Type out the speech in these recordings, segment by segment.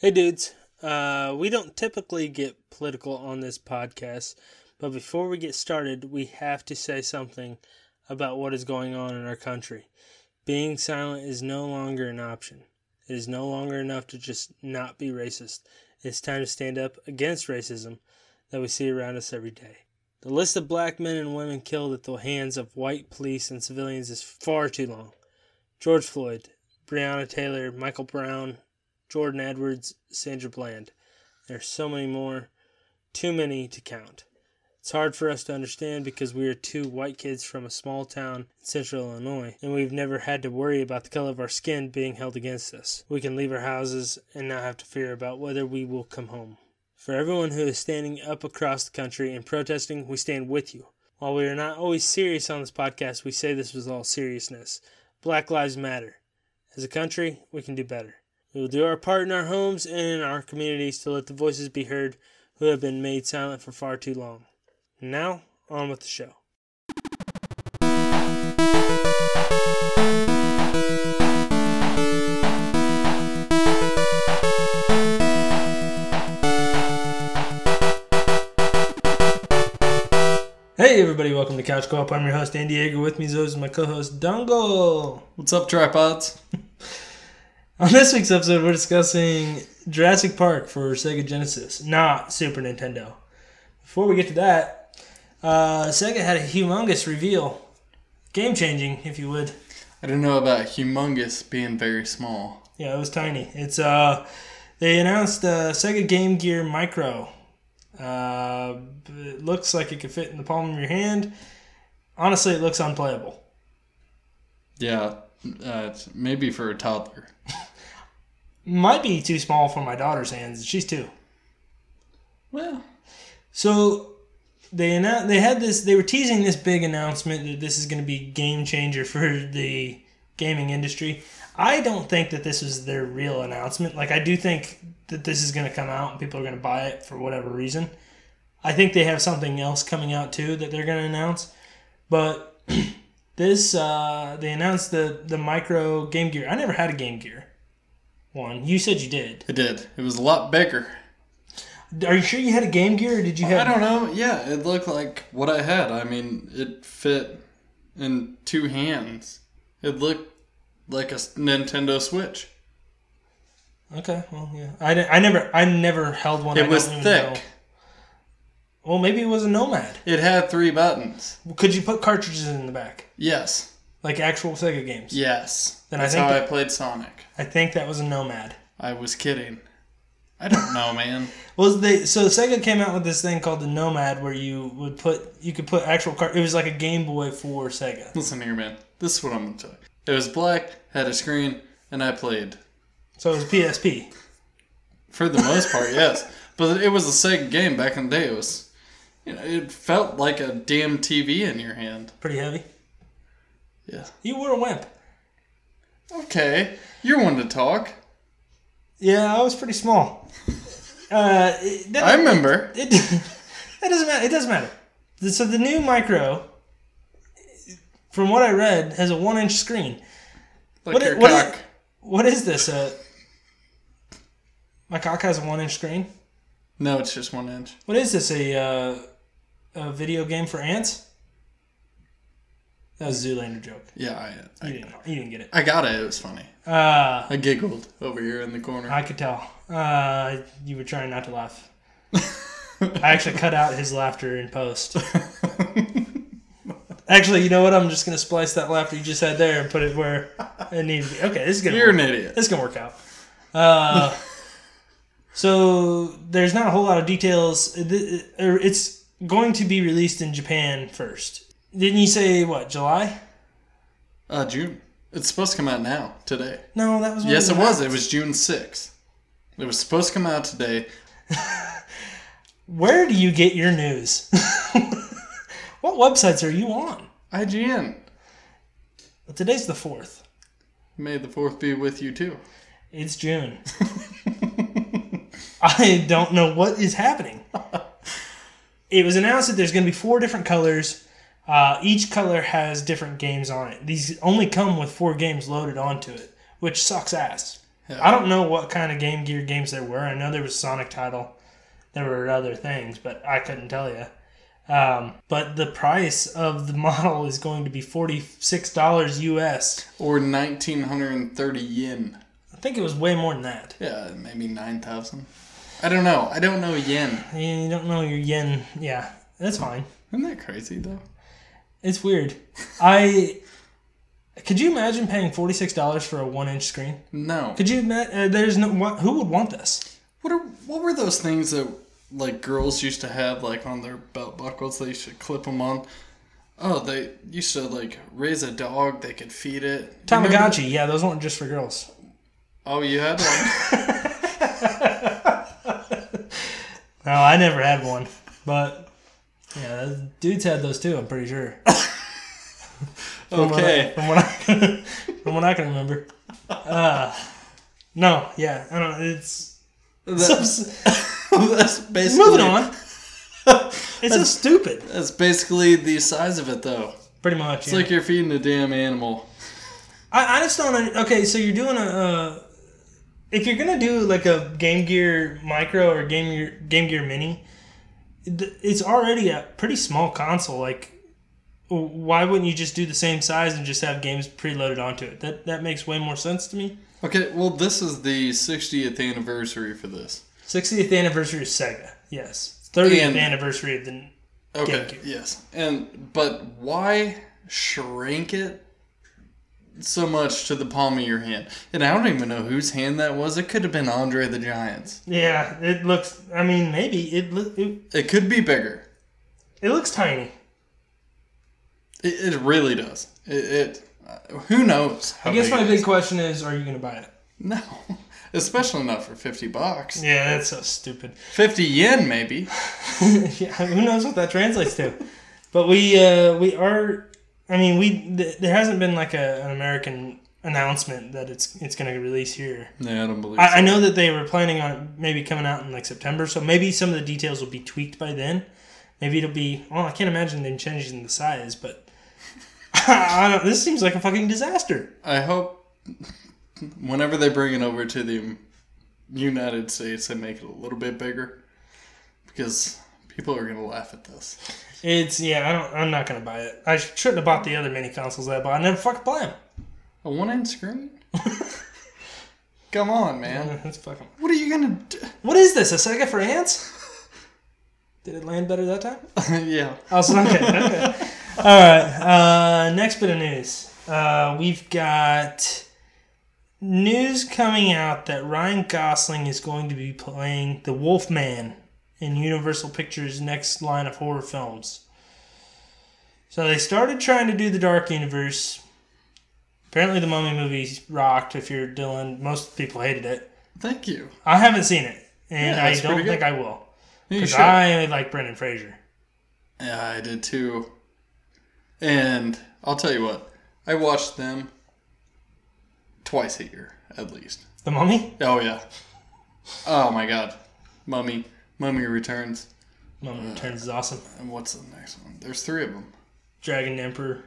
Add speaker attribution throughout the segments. Speaker 1: Hey, dudes. Uh, we don't typically get political on this podcast, but before we get started, we have to say something about what is going on in our country. Being silent is no longer an option. It is no longer enough to just not be racist. It's time to stand up against racism that we see around us every day. The list of black men and women killed at the hands of white police and civilians is far too long. George Floyd, Breonna Taylor, Michael Brown, Jordan Edwards, Sandra Bland. There's so many more, too many to count. It's hard for us to understand because we are two white kids from a small town in central Illinois, and we've never had to worry about the color of our skin being held against us. We can leave our houses and not have to fear about whether we will come home. For everyone who is standing up across the country and protesting, we stand with you. While we are not always serious on this podcast, we say this with all seriousness. Black Lives Matter. As a country, we can do better. We will do our part in our homes and in our communities to let the voices be heard who have been made silent for far too long. Now, on with the show. Hey everybody, welcome to Couch Co-op. I'm your host Dan Diego. With me as always is my co-host Dongle.
Speaker 2: What's up, tripods?
Speaker 1: On this week's episode, we're discussing Jurassic Park for Sega Genesis, not Super Nintendo. Before we get to that, uh, Sega had a humongous reveal. Game changing, if you would.
Speaker 2: I don't know about humongous being very small.
Speaker 1: Yeah, it was tiny. It's uh, They announced uh, Sega Game Gear Micro. Uh, it looks like it could fit in the palm of your hand. Honestly, it looks unplayable.
Speaker 2: Yeah, uh, it's maybe for a toddler.
Speaker 1: Might be too small for my daughter's hands. She's two.
Speaker 2: Well,
Speaker 1: So they announced they had this. They were teasing this big announcement that this is going to be game changer for the gaming industry. I don't think that this is their real announcement. Like I do think that this is going to come out and people are going to buy it for whatever reason. I think they have something else coming out too that they're going to announce. But this uh, they announced the the micro Game Gear. I never had a Game Gear one. You said you did.
Speaker 2: it did. It was a lot bigger.
Speaker 1: Are you sure you had a Game Gear or did you have
Speaker 2: I don't know. Yeah, it looked like what I had. I mean, it fit in two hands. It looked like a s- Nintendo Switch.
Speaker 1: Okay, well, yeah. I, di- I never I never held one. I
Speaker 2: It
Speaker 1: don't
Speaker 2: was
Speaker 1: even
Speaker 2: thick.
Speaker 1: know. Well, maybe it was a Nomad.
Speaker 2: It had three buttons.
Speaker 1: Could you put cartridges in the back,
Speaker 2: Yes.
Speaker 1: like actual Sega games?
Speaker 2: Yes.
Speaker 1: Then I
Speaker 2: That's
Speaker 1: think
Speaker 2: how
Speaker 1: that-
Speaker 2: I played Sonic.
Speaker 1: I think that was a Nomad.
Speaker 2: I was kidding. I don't know, man.
Speaker 1: Well, they so Sega came out with this thing called the Nomad, where you would put you could put actual cart. It was like a Game Boy for Sega.
Speaker 2: Listen here, man. This is what I'm gonna tell you. It was black, had a screen, and I played.
Speaker 1: So it was PSP.
Speaker 2: For the most part, yes. But it was a Sega game back in the day. It was, you know, it felt like a damn TV in your hand.
Speaker 1: Pretty heavy.
Speaker 2: Yeah.
Speaker 1: You were a wimp.
Speaker 2: Okay. You're one to talk.
Speaker 1: Yeah, I was pretty small. Uh, it, that-
Speaker 2: I remember.
Speaker 1: it that doesn't matter. It doesn't matter. So the new micro, from what I read, has a one-inch screen.
Speaker 2: Like
Speaker 1: What i-
Speaker 2: your
Speaker 1: what i-
Speaker 2: cock.
Speaker 1: What is this? Uh, my cock has a one-inch screen.
Speaker 2: no, it's just one inch.
Speaker 1: What is this? A uh, a video game for ants? That was a Zoolander joke.
Speaker 2: Yeah, I,
Speaker 1: You
Speaker 2: I,
Speaker 1: didn't, you didn't get it.
Speaker 2: I got it. It was funny.
Speaker 1: Uh,
Speaker 2: I giggled over here in the corner.
Speaker 1: I could tell. Uh, you were trying not to laugh. I actually cut out his laughter in post. Actually, you know what? I'm just gonna splice that laughter you just had there and put it where it needs to be. Okay, this is gonna
Speaker 2: You're
Speaker 1: work.
Speaker 2: an idiot.
Speaker 1: this is gonna work out. Uh, so there's not a whole lot of details. Th- er, It's going to be released in Japan first. Didn't you say what July?
Speaker 2: Uh, June. It's supposed to come out now, today.
Speaker 1: No, that was when
Speaker 2: Yes, it was.
Speaker 1: announced.
Speaker 2: It was June 6th. It was supposed to come out today.
Speaker 1: Where do you get your news? what websites are you on?
Speaker 2: IGN.
Speaker 1: Well, today's the fourth.
Speaker 2: May the 4th be with you, too.
Speaker 1: It's June. I don't know what is happening. It was announced that there's going to be four different colors. Uh, each color has different games on it. These only come with four games loaded onto it, which sucks ass.
Speaker 2: Yeah.
Speaker 1: I don't know what kind of Game Gear games there were. I know there was Sonic Title, there were other things, but I couldn't tell you. Um, but the price of the model is going to be forty six dollars US.
Speaker 2: Or 1930 yen.
Speaker 1: I think it was way more than that.
Speaker 2: Yeah, maybe 9,000. I don't know. I don't know yen.
Speaker 1: You don't know your yen. Yeah, that's fine.
Speaker 2: Isn't that crazy, though?
Speaker 1: It's weird. I could you imagine paying forty six dollars for a one inch screen?
Speaker 2: No.
Speaker 1: Could you? ima- Uh, there's no what, who would want this?
Speaker 2: What are what were those things that like girls used to have like on their belt buckles? They used to clip them on. Oh, they used to like raise a dog. They could feed it. Remember-
Speaker 1: Tamagotchi. Yeah, those weren't just for girls.
Speaker 2: Oh, you had one.
Speaker 1: No, I never had one, but yeah, those dudes had those too. I'm pretty sure. From what I-
Speaker 2: okay.
Speaker 1: From what I, from what I, can remember. Uh, no, yeah, I don't. It's
Speaker 2: That's, that's basically
Speaker 1: moving on. It's so stupid.
Speaker 2: That's basically the size of it, though.
Speaker 1: Pretty much.
Speaker 2: It's
Speaker 1: yeah.
Speaker 2: like you're feeding a damn animal.
Speaker 1: I, I just don't. un- Okay, so you're doing a. Uh, if you're gonna do like a Game Gear Micro or Game Gear Game Gear Mini, th- it's already a pretty small console. Like, w- why wouldn't you just do the same size and just have games preloaded onto it? That that makes way more sense to me.
Speaker 2: Okay, well, this is the 60th anniversary for this.
Speaker 1: 60th anniversary of Sega. Yes. 30th
Speaker 2: And-
Speaker 1: anniversary of the.
Speaker 2: Okay.
Speaker 1: GameCube.
Speaker 2: Yes. And but why shrink it so much to the palm of your hand? And I don't even know whose hand that was. It could have been Andre the Giant's.
Speaker 1: Yeah, it looks. I mean, maybe it loo- it,
Speaker 2: It could be bigger.
Speaker 1: it looks tiny.
Speaker 2: It, it really does. It. it who knows? How
Speaker 1: I guess
Speaker 2: big
Speaker 1: my
Speaker 2: it
Speaker 1: big
Speaker 2: is.
Speaker 1: question is: Are you gonna buy it?
Speaker 2: No, especially not for fifty bucks.
Speaker 1: Yeah, that's so stupid.
Speaker 2: Fifty yen maybe.
Speaker 1: yeah, who knows what that translates to? But we uh, we are. I mean, we th- there hasn't been like a, an American announcement that it's it's going to release here.
Speaker 2: No, I don't believe.
Speaker 1: I, I know that they were planning on it maybe coming out in like September, so maybe some of the details will be tweaked by then. Maybe it'll be. Well, I can't imagine them changing the size, but I don't, this seems like a fucking disaster.
Speaker 2: so. I hope whenever they bring it over to the United States, they make it a little bit bigger because people are gonna laugh at this.
Speaker 1: It's yeah. I don't. I'm not going to buy it. I shouldn't have bought the other mini consoles that I bought. I never fucking play them.
Speaker 2: A one inch screen? Come on, man.
Speaker 1: That's fucking.
Speaker 2: What are you gonna do?
Speaker 1: What is this? A Sega for ants? Did it land better that time?
Speaker 2: yeah.
Speaker 1: Oh, so okay. okay. All right. Uh, next bit of news. Uh, we've got news coming out that Ryan Gosling is going to be playing the Wolfman in Universal Pictures' next line of horror films. So they started trying to do the Dark Universe. Apparently, the Mummy movies rocked. If you're Dylan, most people hated it.
Speaker 2: Thank you.
Speaker 1: I haven't seen it, and
Speaker 2: Yeah,
Speaker 1: I
Speaker 2: it's
Speaker 1: don't
Speaker 2: pretty good.
Speaker 1: think I will.
Speaker 2: You
Speaker 1: Because
Speaker 2: should.
Speaker 1: I like Brendan Fraser.
Speaker 2: yeah, I did too. And I'll tell you what, I watched them twice a year, at least.
Speaker 1: The Mummy?
Speaker 2: Oh, yeah. Oh, my God. Mummy. Mummy Returns.
Speaker 1: Mummy Returns is awesome.
Speaker 2: And what's the next one? There's three of them.
Speaker 1: Dragon Emperor.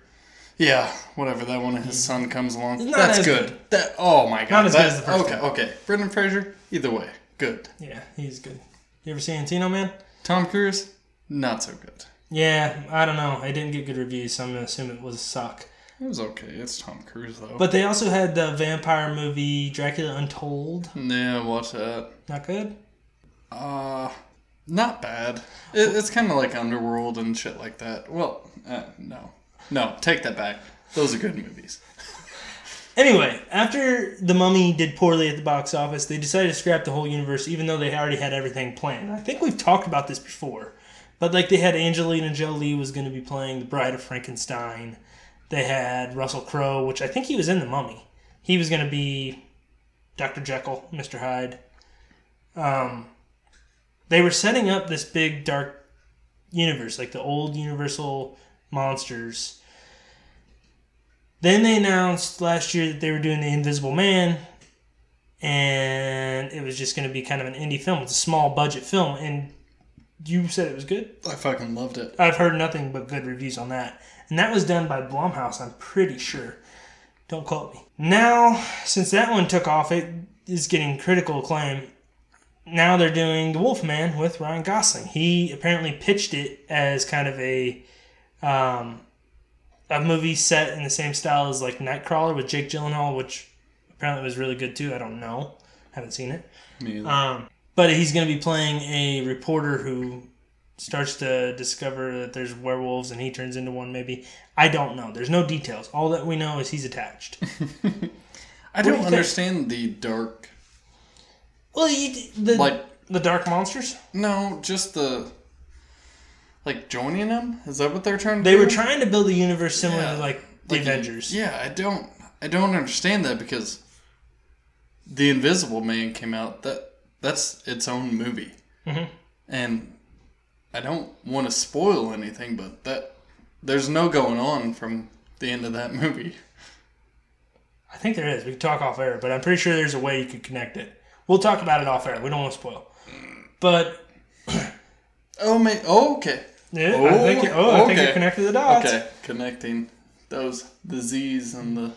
Speaker 2: Yeah, whatever. That one, his son comes along.
Speaker 1: Mm-hmm. Not
Speaker 2: That's
Speaker 1: as
Speaker 2: good. That. Oh my god.
Speaker 1: Not as good
Speaker 2: that-
Speaker 1: as the first
Speaker 2: Okay,
Speaker 1: one.
Speaker 2: okay. Brendan Fraser. Either way, good.
Speaker 1: Yeah, he's good. You ever see Antino Man?
Speaker 2: Tom Cruise, not so good.
Speaker 1: Yeah, I don't know. I didn't get good reviews, so I'm gonna assume it was a suck.
Speaker 2: It was okay. It's Tom Cruise though.
Speaker 1: But they also had the vampire movie Dracula Untold.
Speaker 2: yeah, watch that.
Speaker 1: Not good.
Speaker 2: Uh, not bad. It, it's kind of like Underworld and shit like that. Well, uh, no, no, take that back. Those are good movies.
Speaker 1: Anyway, after the Mummy did poorly at the box office, they decided to scrap the whole universe, even though they already had everything planned. I think we've talked about this before, but like they had Angelina Jolie was going to be playing the Bride of Frankenstein. They had Russell Crowe, which I think he was in the Mummy. He was going to be Doctor Jekyll, Mister Hyde. Um, they were setting up this big dark universe, like the old Universal monsters. Then they announced last year that they were doing The Invisible Man, and it was just going to be kind of an indie film. It's a small budget film, and you said it was good.
Speaker 2: I fucking loved it.
Speaker 1: I've heard nothing but good reviews on that. And that was done by Blumhouse, I'm pretty sure. Don't quote me. Now, since that one took off, it is getting critical acclaim. Now they're doing The Wolfman with Ryan Gosling. He apparently pitched it as kind of a um, a movie set in the same style as like Nightcrawler with Jake Gyllenhaal, which apparently was really good too. I don't know, haven't seen it.
Speaker 2: Me either.
Speaker 1: Um, but he's going to be playing a reporter who starts to discover that there's werewolves and he turns into one. Maybe I don't know. There's no details. All that we know is he's attached.
Speaker 2: I
Speaker 1: do you
Speaker 2: don't
Speaker 1: think?
Speaker 2: understand the dark.
Speaker 1: well, you, the
Speaker 2: Like,
Speaker 1: the dark monsters.
Speaker 2: no, just the. Like, joining them? Is that what they're trying to
Speaker 1: They
Speaker 2: do?
Speaker 1: were trying to build a universe similar
Speaker 2: Yeah.
Speaker 1: to like the
Speaker 2: Like,
Speaker 1: Avengers.
Speaker 2: Yeah, I don't. I don't understand that because. The Invisible Man came out. That That's its own movie.
Speaker 1: Mhm.
Speaker 2: And I don't want to spoil anything, but that. There's no going on from the end of that movie.
Speaker 1: I think there is. We can talk off air, but I'm pretty sure there's a way you could connect it. We'll talk about it off air. We don't want to spoil. But
Speaker 2: Oh, man. Oh, okay.
Speaker 1: yeah, I think oh, I think
Speaker 2: okay.
Speaker 1: you connected the dots.
Speaker 2: Okay, connecting those the Z's and the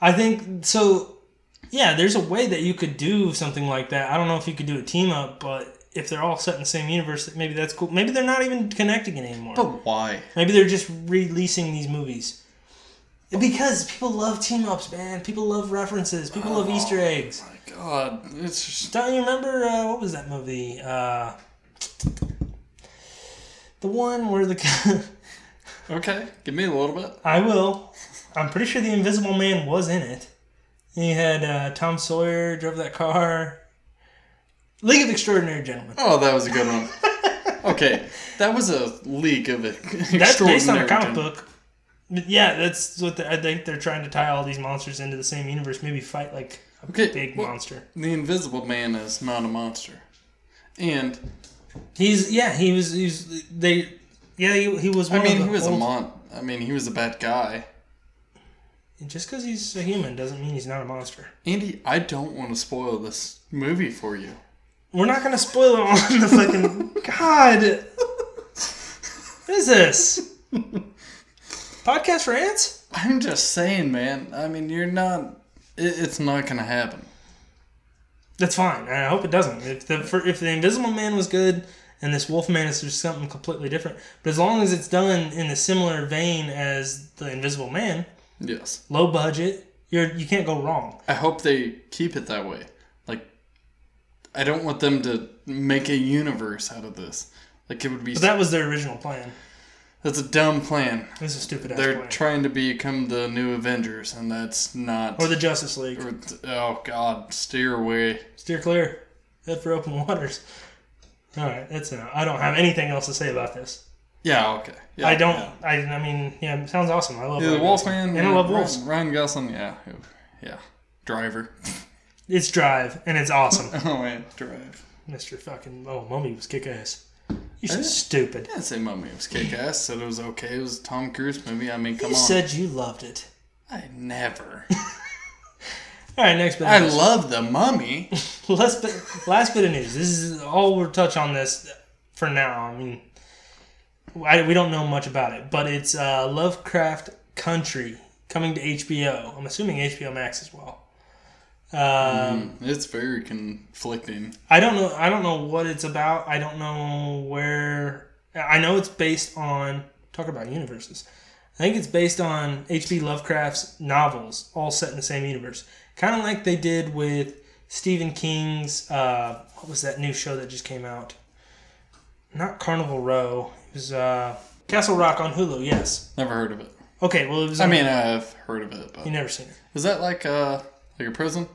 Speaker 1: I think so. Yeah, there's a way that you could do something like that. I don't know if you could do a team up, but if they're all set in the same universe, maybe that's cool. Maybe they're not even connecting it anymore.
Speaker 2: but why?
Speaker 1: Maybe they're just releasing these movies. Because people love team ups, man. People love references. People love Easter eggs.
Speaker 2: My God, it's just
Speaker 1: Don't you remember uh, what was that movie? Uh, the one where the
Speaker 2: okay. Give me a little bit.
Speaker 1: I will. I'm pretty sure the Invisible Man was in it. He had uh, Tom Sawyer drove that car. League of Extraordinary Gentlemen.
Speaker 2: Oh, that was a good one. okay, that was a leak of it.
Speaker 1: That's based on a comic book. But yeah, that's what the, I think they're trying to tie all these monsters into the same universe. Maybe fight like a
Speaker 2: Okay,
Speaker 1: big
Speaker 2: well-
Speaker 1: monster.
Speaker 2: The Invisible Man is not a monster, and
Speaker 1: He's yeah, he was he's they yeah he, he was. One
Speaker 2: I mean
Speaker 1: of
Speaker 2: he
Speaker 1: the
Speaker 2: was a
Speaker 1: old-
Speaker 2: mon. I mean he was a bad guy.
Speaker 1: Just because he's a human doesn't mean he's not a monster.
Speaker 2: Andy, I don't want to spoil this movie for you.
Speaker 1: We're not gonna spoil it on the fucking God. What is this? Podcast for ants?
Speaker 2: I'm just saying, man. I mean, you're not. It, it's not gonna happen.
Speaker 1: That's fine. I hope it doesn't. If the for, if the Invisible Man was good and this Wolf Man is just something completely different, but as long as it's done in a similar vein as the Invisible Man,
Speaker 2: Yes.
Speaker 1: low budget, you're you can't go wrong.
Speaker 2: I hope they keep it that way. Like, I don't want them to make a universe out of this. Like, it would be.
Speaker 1: But that was their original plan.
Speaker 2: that's a dumb plan.
Speaker 1: This is a stupid ass
Speaker 2: They're
Speaker 1: plan.
Speaker 2: trying to become the new Avengers, and that's not.
Speaker 1: or the Justice League.
Speaker 2: or th- oh, God. Steer away.
Speaker 1: Steer clear. Head for open waters. All right, that's enough. I don't have anything else to say about this.
Speaker 2: Yeah, okay. Yeah,
Speaker 1: I don't.
Speaker 2: Yeah.
Speaker 1: I, I mean, yeah, it sounds awesome. I love
Speaker 2: Yeah, the
Speaker 1: Ryan
Speaker 2: Wolfman.
Speaker 1: Gosling.
Speaker 2: yeah,
Speaker 1: and I love
Speaker 2: Ryan-
Speaker 1: wolves.
Speaker 2: Ryan Gosling, yeah. Yeah. Driver.
Speaker 1: It's Drive, and it's awesome.
Speaker 2: oh, man. Drive.
Speaker 1: Mister fucking oh, Mummy was kick ass. You so
Speaker 2: didn't-
Speaker 1: stupid.
Speaker 2: I didn't say Mummy was kick ass, said it was okay. It was a Tom Cruise movie. I mean, come
Speaker 1: You
Speaker 2: on.
Speaker 1: said you loved it.
Speaker 2: I never.
Speaker 1: All right, next bit. Of
Speaker 2: I
Speaker 1: news.
Speaker 2: love the mummy.
Speaker 1: last bit. Last bit of news. This is all we'll touch on this for now. I mean, I, we don't know much about it, but it's uh, Lovecraft Country coming to HBO. I'm assuming HBO Max as well. Um,
Speaker 2: It's very conflicting.
Speaker 1: I don't know. I don't know what it's about. I don't know where. I know it's based on. Talk about universes. I think it's based on H.P. Lovecraft's novels, all set in the same universe. Kind of like they did with Stephen King's. Uh, what was that new show that just came out? Not Carnival Row. It was uh, Castle Rock on Hulu. Yes.
Speaker 2: Never heard of it.
Speaker 1: Okay. Well, it was.
Speaker 2: I
Speaker 1: on-
Speaker 2: mean, I've heard of it,
Speaker 1: you
Speaker 2: but
Speaker 1: never seen it.
Speaker 2: is that like uh like a prison?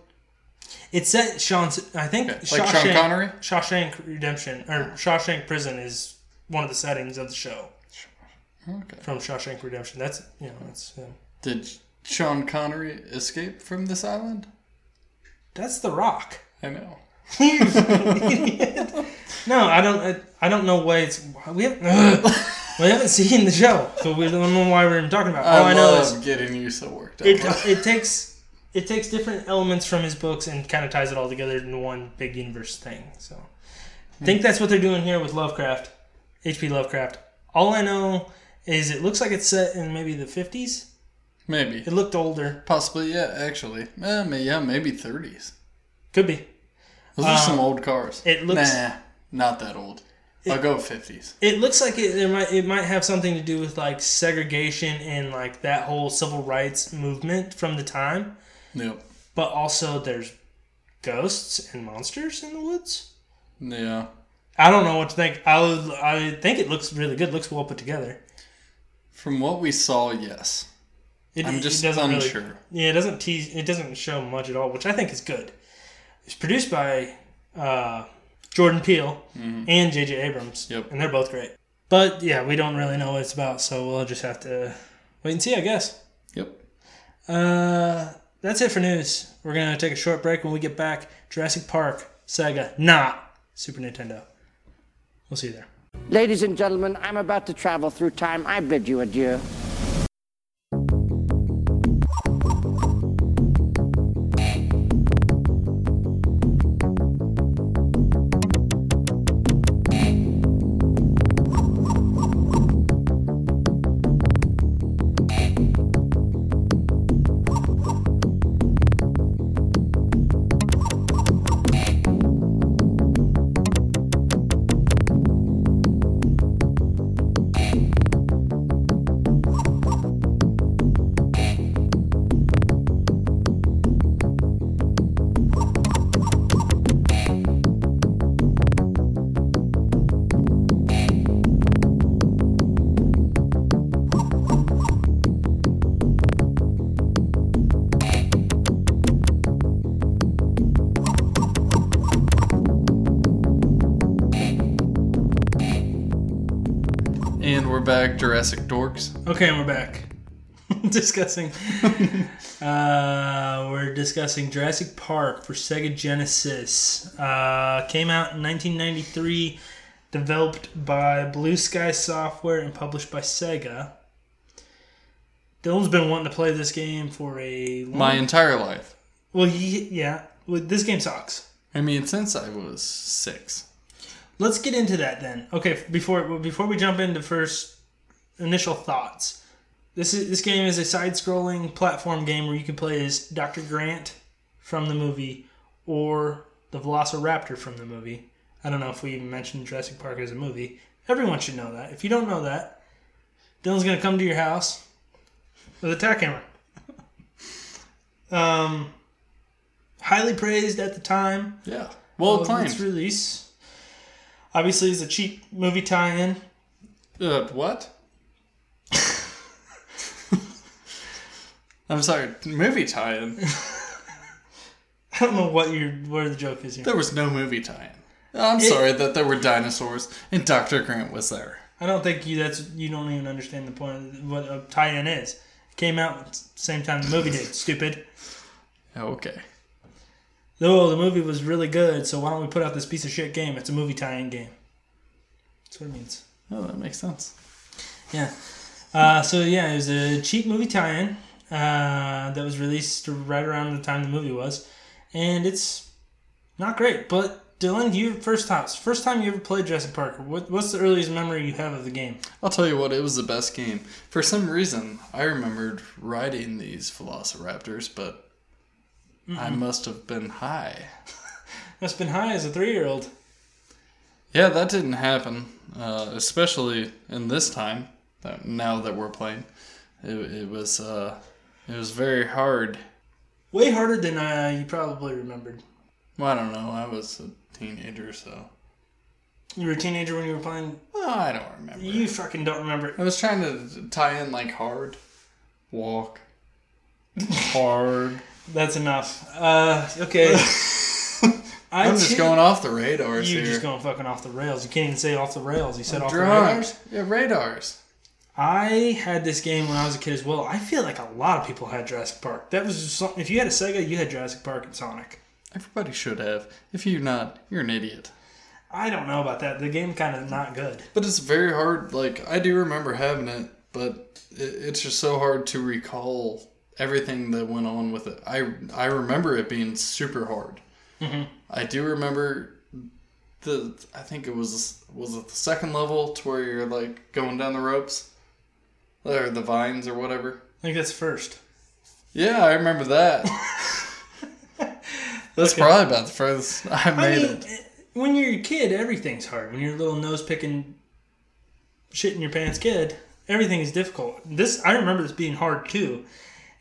Speaker 1: It's set Sean's. I think
Speaker 2: Okay, like Sean Connery?
Speaker 1: Shawshank Redemption or Shawshank Prison is one of the settings of the show
Speaker 2: Okay.
Speaker 1: from Shawshank Redemption. That's you know that's um,
Speaker 2: Did Sean Connery escape from this island?
Speaker 1: that's The Rock.
Speaker 2: I know.
Speaker 1: You idiot. no, I don't. I, I don't know why it's why we haven't we haven't seen the show, so we don't know why we're even talking about. it. All Oh, I,
Speaker 2: I,
Speaker 1: know
Speaker 2: love
Speaker 1: is
Speaker 2: getting you so worked up.
Speaker 1: it, it takes it takes different elements from his books and kind of ties it all together into one big universe thing. So I think that's what they're doing here with Lovecraft, H.P. Lovecraft. All I know is it looks like it's set in maybe the 50s.
Speaker 2: Maybe.
Speaker 1: It looked older.
Speaker 2: Possibly, yeah, actually. Eh, may- yeah, maybe 30s.
Speaker 1: Could be.
Speaker 2: Those are some old cars.
Speaker 1: Um, it looks-
Speaker 2: nah, not that old. I'll go fifties.
Speaker 1: It looks like it, it might it might have something to do with like segregation and like that whole civil rights movement from the time,
Speaker 2: Yep.
Speaker 1: but also there's ghosts and monsters in the woods.
Speaker 2: Yeah.
Speaker 1: I don't know what to think. I would, I think it looks really good. Looks well put together.
Speaker 2: From what we saw, yes.
Speaker 1: It,
Speaker 2: I'm just
Speaker 1: it doesn't really-
Speaker 2: unsure.
Speaker 1: yeah, it doesn't tease. It doesn't show much at all, which I think is good. It's produced by uh, Jordan Peele and J.J. Abrams.
Speaker 2: Mm-hmm. Yep.
Speaker 1: and they're both great. But yeah, we don't really know what it's about, so we'll just have to wait and see, I guess.
Speaker 2: Yep.
Speaker 1: Uh, that's it for news. We're gonna take a short break. When we get back, Jurassic Park, Sega, not Super Nintendo. We'll see you there.
Speaker 3: Ladies and gentlemen, I'm about to travel through time. I bid you adieu.
Speaker 2: And we're back, Jurassic Dorks.
Speaker 1: Okay, and we're back. discussing. uh, we're discussing Jurassic Park for Sega Genesis. Uh, came out in 1993, developed by Blue Sky Software and published by Sega. Dylan's been wanting to play this game for a long.
Speaker 2: My entire life.
Speaker 1: well, ye- yeah. Well, this game sucks.
Speaker 2: I mean, since I was six.
Speaker 1: Let's get into that then. Okay, f- before well, before we jump into first initial thoughts, this is this game is a side-scrolling platform game where you can play as Dr. Grant from the movie or the Velociraptor from the movie. I don't know if we even mentioned Jurassic Park as a movie. Everyone should know that. If you don't know that, Dylan's gonna come to your house with a tack hammer. um, highly praised at the time
Speaker 2: Yeah. Well
Speaker 1: of
Speaker 2: acclaimed.
Speaker 1: its release. Obviously, it's a cheap movie tie-in.
Speaker 2: uh, what? I'm sorry. Movie tie-in.
Speaker 1: I don't know what your where the joke is here.
Speaker 2: There was no movie tie-in. I'm sorry that there were dinosaurs and Dr. Grant was there.
Speaker 1: I don't think you that's you don't even understand the point of what a tie-in is. It came out at the same time the movie did. Stupid.
Speaker 2: Oh, Okay.
Speaker 1: Though the movie was really good, so why don't we put out this piece of shit game? It's a movie tie-in game. That's what it means.
Speaker 2: Oh, that makes sense.
Speaker 1: Yeah. Uh, so yeah, it was a cheap movie tie-in uh, that was released right around the time the movie was, and it's not great. But Dylan, you first thoughts. First time you ever played Jurassic Park. What, what's the earliest memory you have of the game?
Speaker 2: I'll tell you what, it was the best game. For some reason, I remembered riding these velociraptors, but I must have been high.
Speaker 1: Must have been high as a three-year-old.
Speaker 2: Yeah, that didn't happen, uh, especially in this time. That now that we're playing, it, it was uh, it was very hard.
Speaker 1: Way harder than uh, you probably remembered.
Speaker 2: Well, I don't know. I was a teenager, so
Speaker 1: You were a teenager when you were playing.
Speaker 2: well, I don't remember.
Speaker 1: You fucking don't remember.
Speaker 2: I was trying to tie in like hard walk, hard.
Speaker 1: That's enough. Uh, okay. I
Speaker 2: I'm just
Speaker 1: too-
Speaker 2: going off the radars
Speaker 1: You're
Speaker 2: here.
Speaker 1: just going fucking off the rails. You can't even say off the rails. You said off the
Speaker 2: Drunk.
Speaker 1: rails.
Speaker 2: Yeah, radars.
Speaker 1: I had this game when I was a kid as well. I feel like a lot of people had Jurassic Park. That was just something. If you had a Sega, you had Jurassic Park and Sonic.
Speaker 2: Everybody should have. If you're not, you're an idiot.
Speaker 1: I don't know about that. The game kind of not good.
Speaker 2: But it's very hard. Like I do remember having it, but it, it's just so hard to recall everything that went on with it. I I remember it being super hard. I do remember the. I think it was was it the second level to where you're like going down the ropes, or the vines or whatever.
Speaker 1: I think that's first.
Speaker 2: Yeah, I remember that. That's probably about the furthest
Speaker 1: I
Speaker 2: I made
Speaker 1: mean, eh,
Speaker 2: it.
Speaker 1: when you're a kid, everything's hard. When you're a little nose picking, shit in your pants kid, everything is difficult. This I remember this being hard too,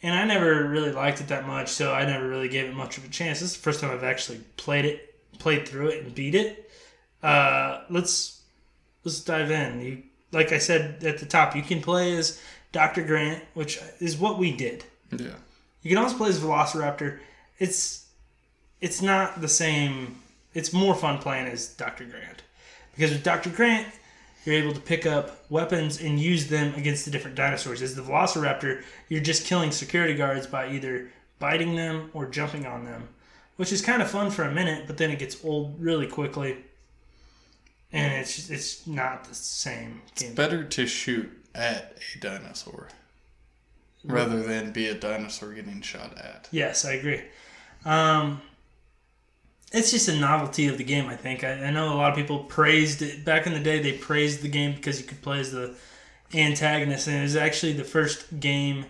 Speaker 1: and I never really liked it that much, so I never really gave it much of a chance. This is the first time I've actually played it, played through it, and beat it. Uh, let's let's dive in. You, like I said at the top, you can play as Doctor Grant, which is what we did.
Speaker 2: Yeah.
Speaker 1: You can also play as Velociraptor. It's it's not the same. It's more fun playing as Doctor Grant because with Doctor Grant, you're able to pick up weapons and use them against the different dinosaurs. As the Velociraptor, you're just killing security guards by either biting them or jumping on them, which is kind of fun for a minute, but then it gets old really quickly, and it's it's not the same game.
Speaker 2: Better to shoot at a dinosaur rather than be a dinosaur getting shot at.
Speaker 1: Yes, I agree. Um, it's just a novelty of the game, I think. I, I know a lot of people praised it. Back in the day, they praised the game because you could play as the antagonist, and it was actually the first game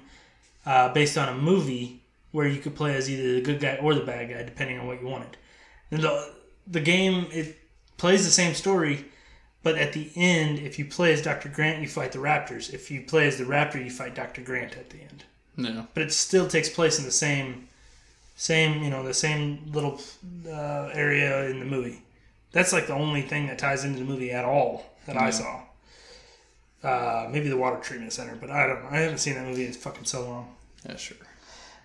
Speaker 1: uh, based on a movie where you could play as either the good guy or the bad guy, depending on what you wanted. And the, the game, it plays the same story, but at the end, if you play as Dr. Grant, you fight the Raptors. If you play as the Raptor, you fight Dr. Grant at the end
Speaker 2: Yeah.
Speaker 1: but it still takes place in the same same you know the same little uh, area in the movie that's like the only thing that ties into the movie at all that i saw uh, maybe the water treatment center but i don't know i haven't seen that movie in fucking so long
Speaker 2: Yeah, sure.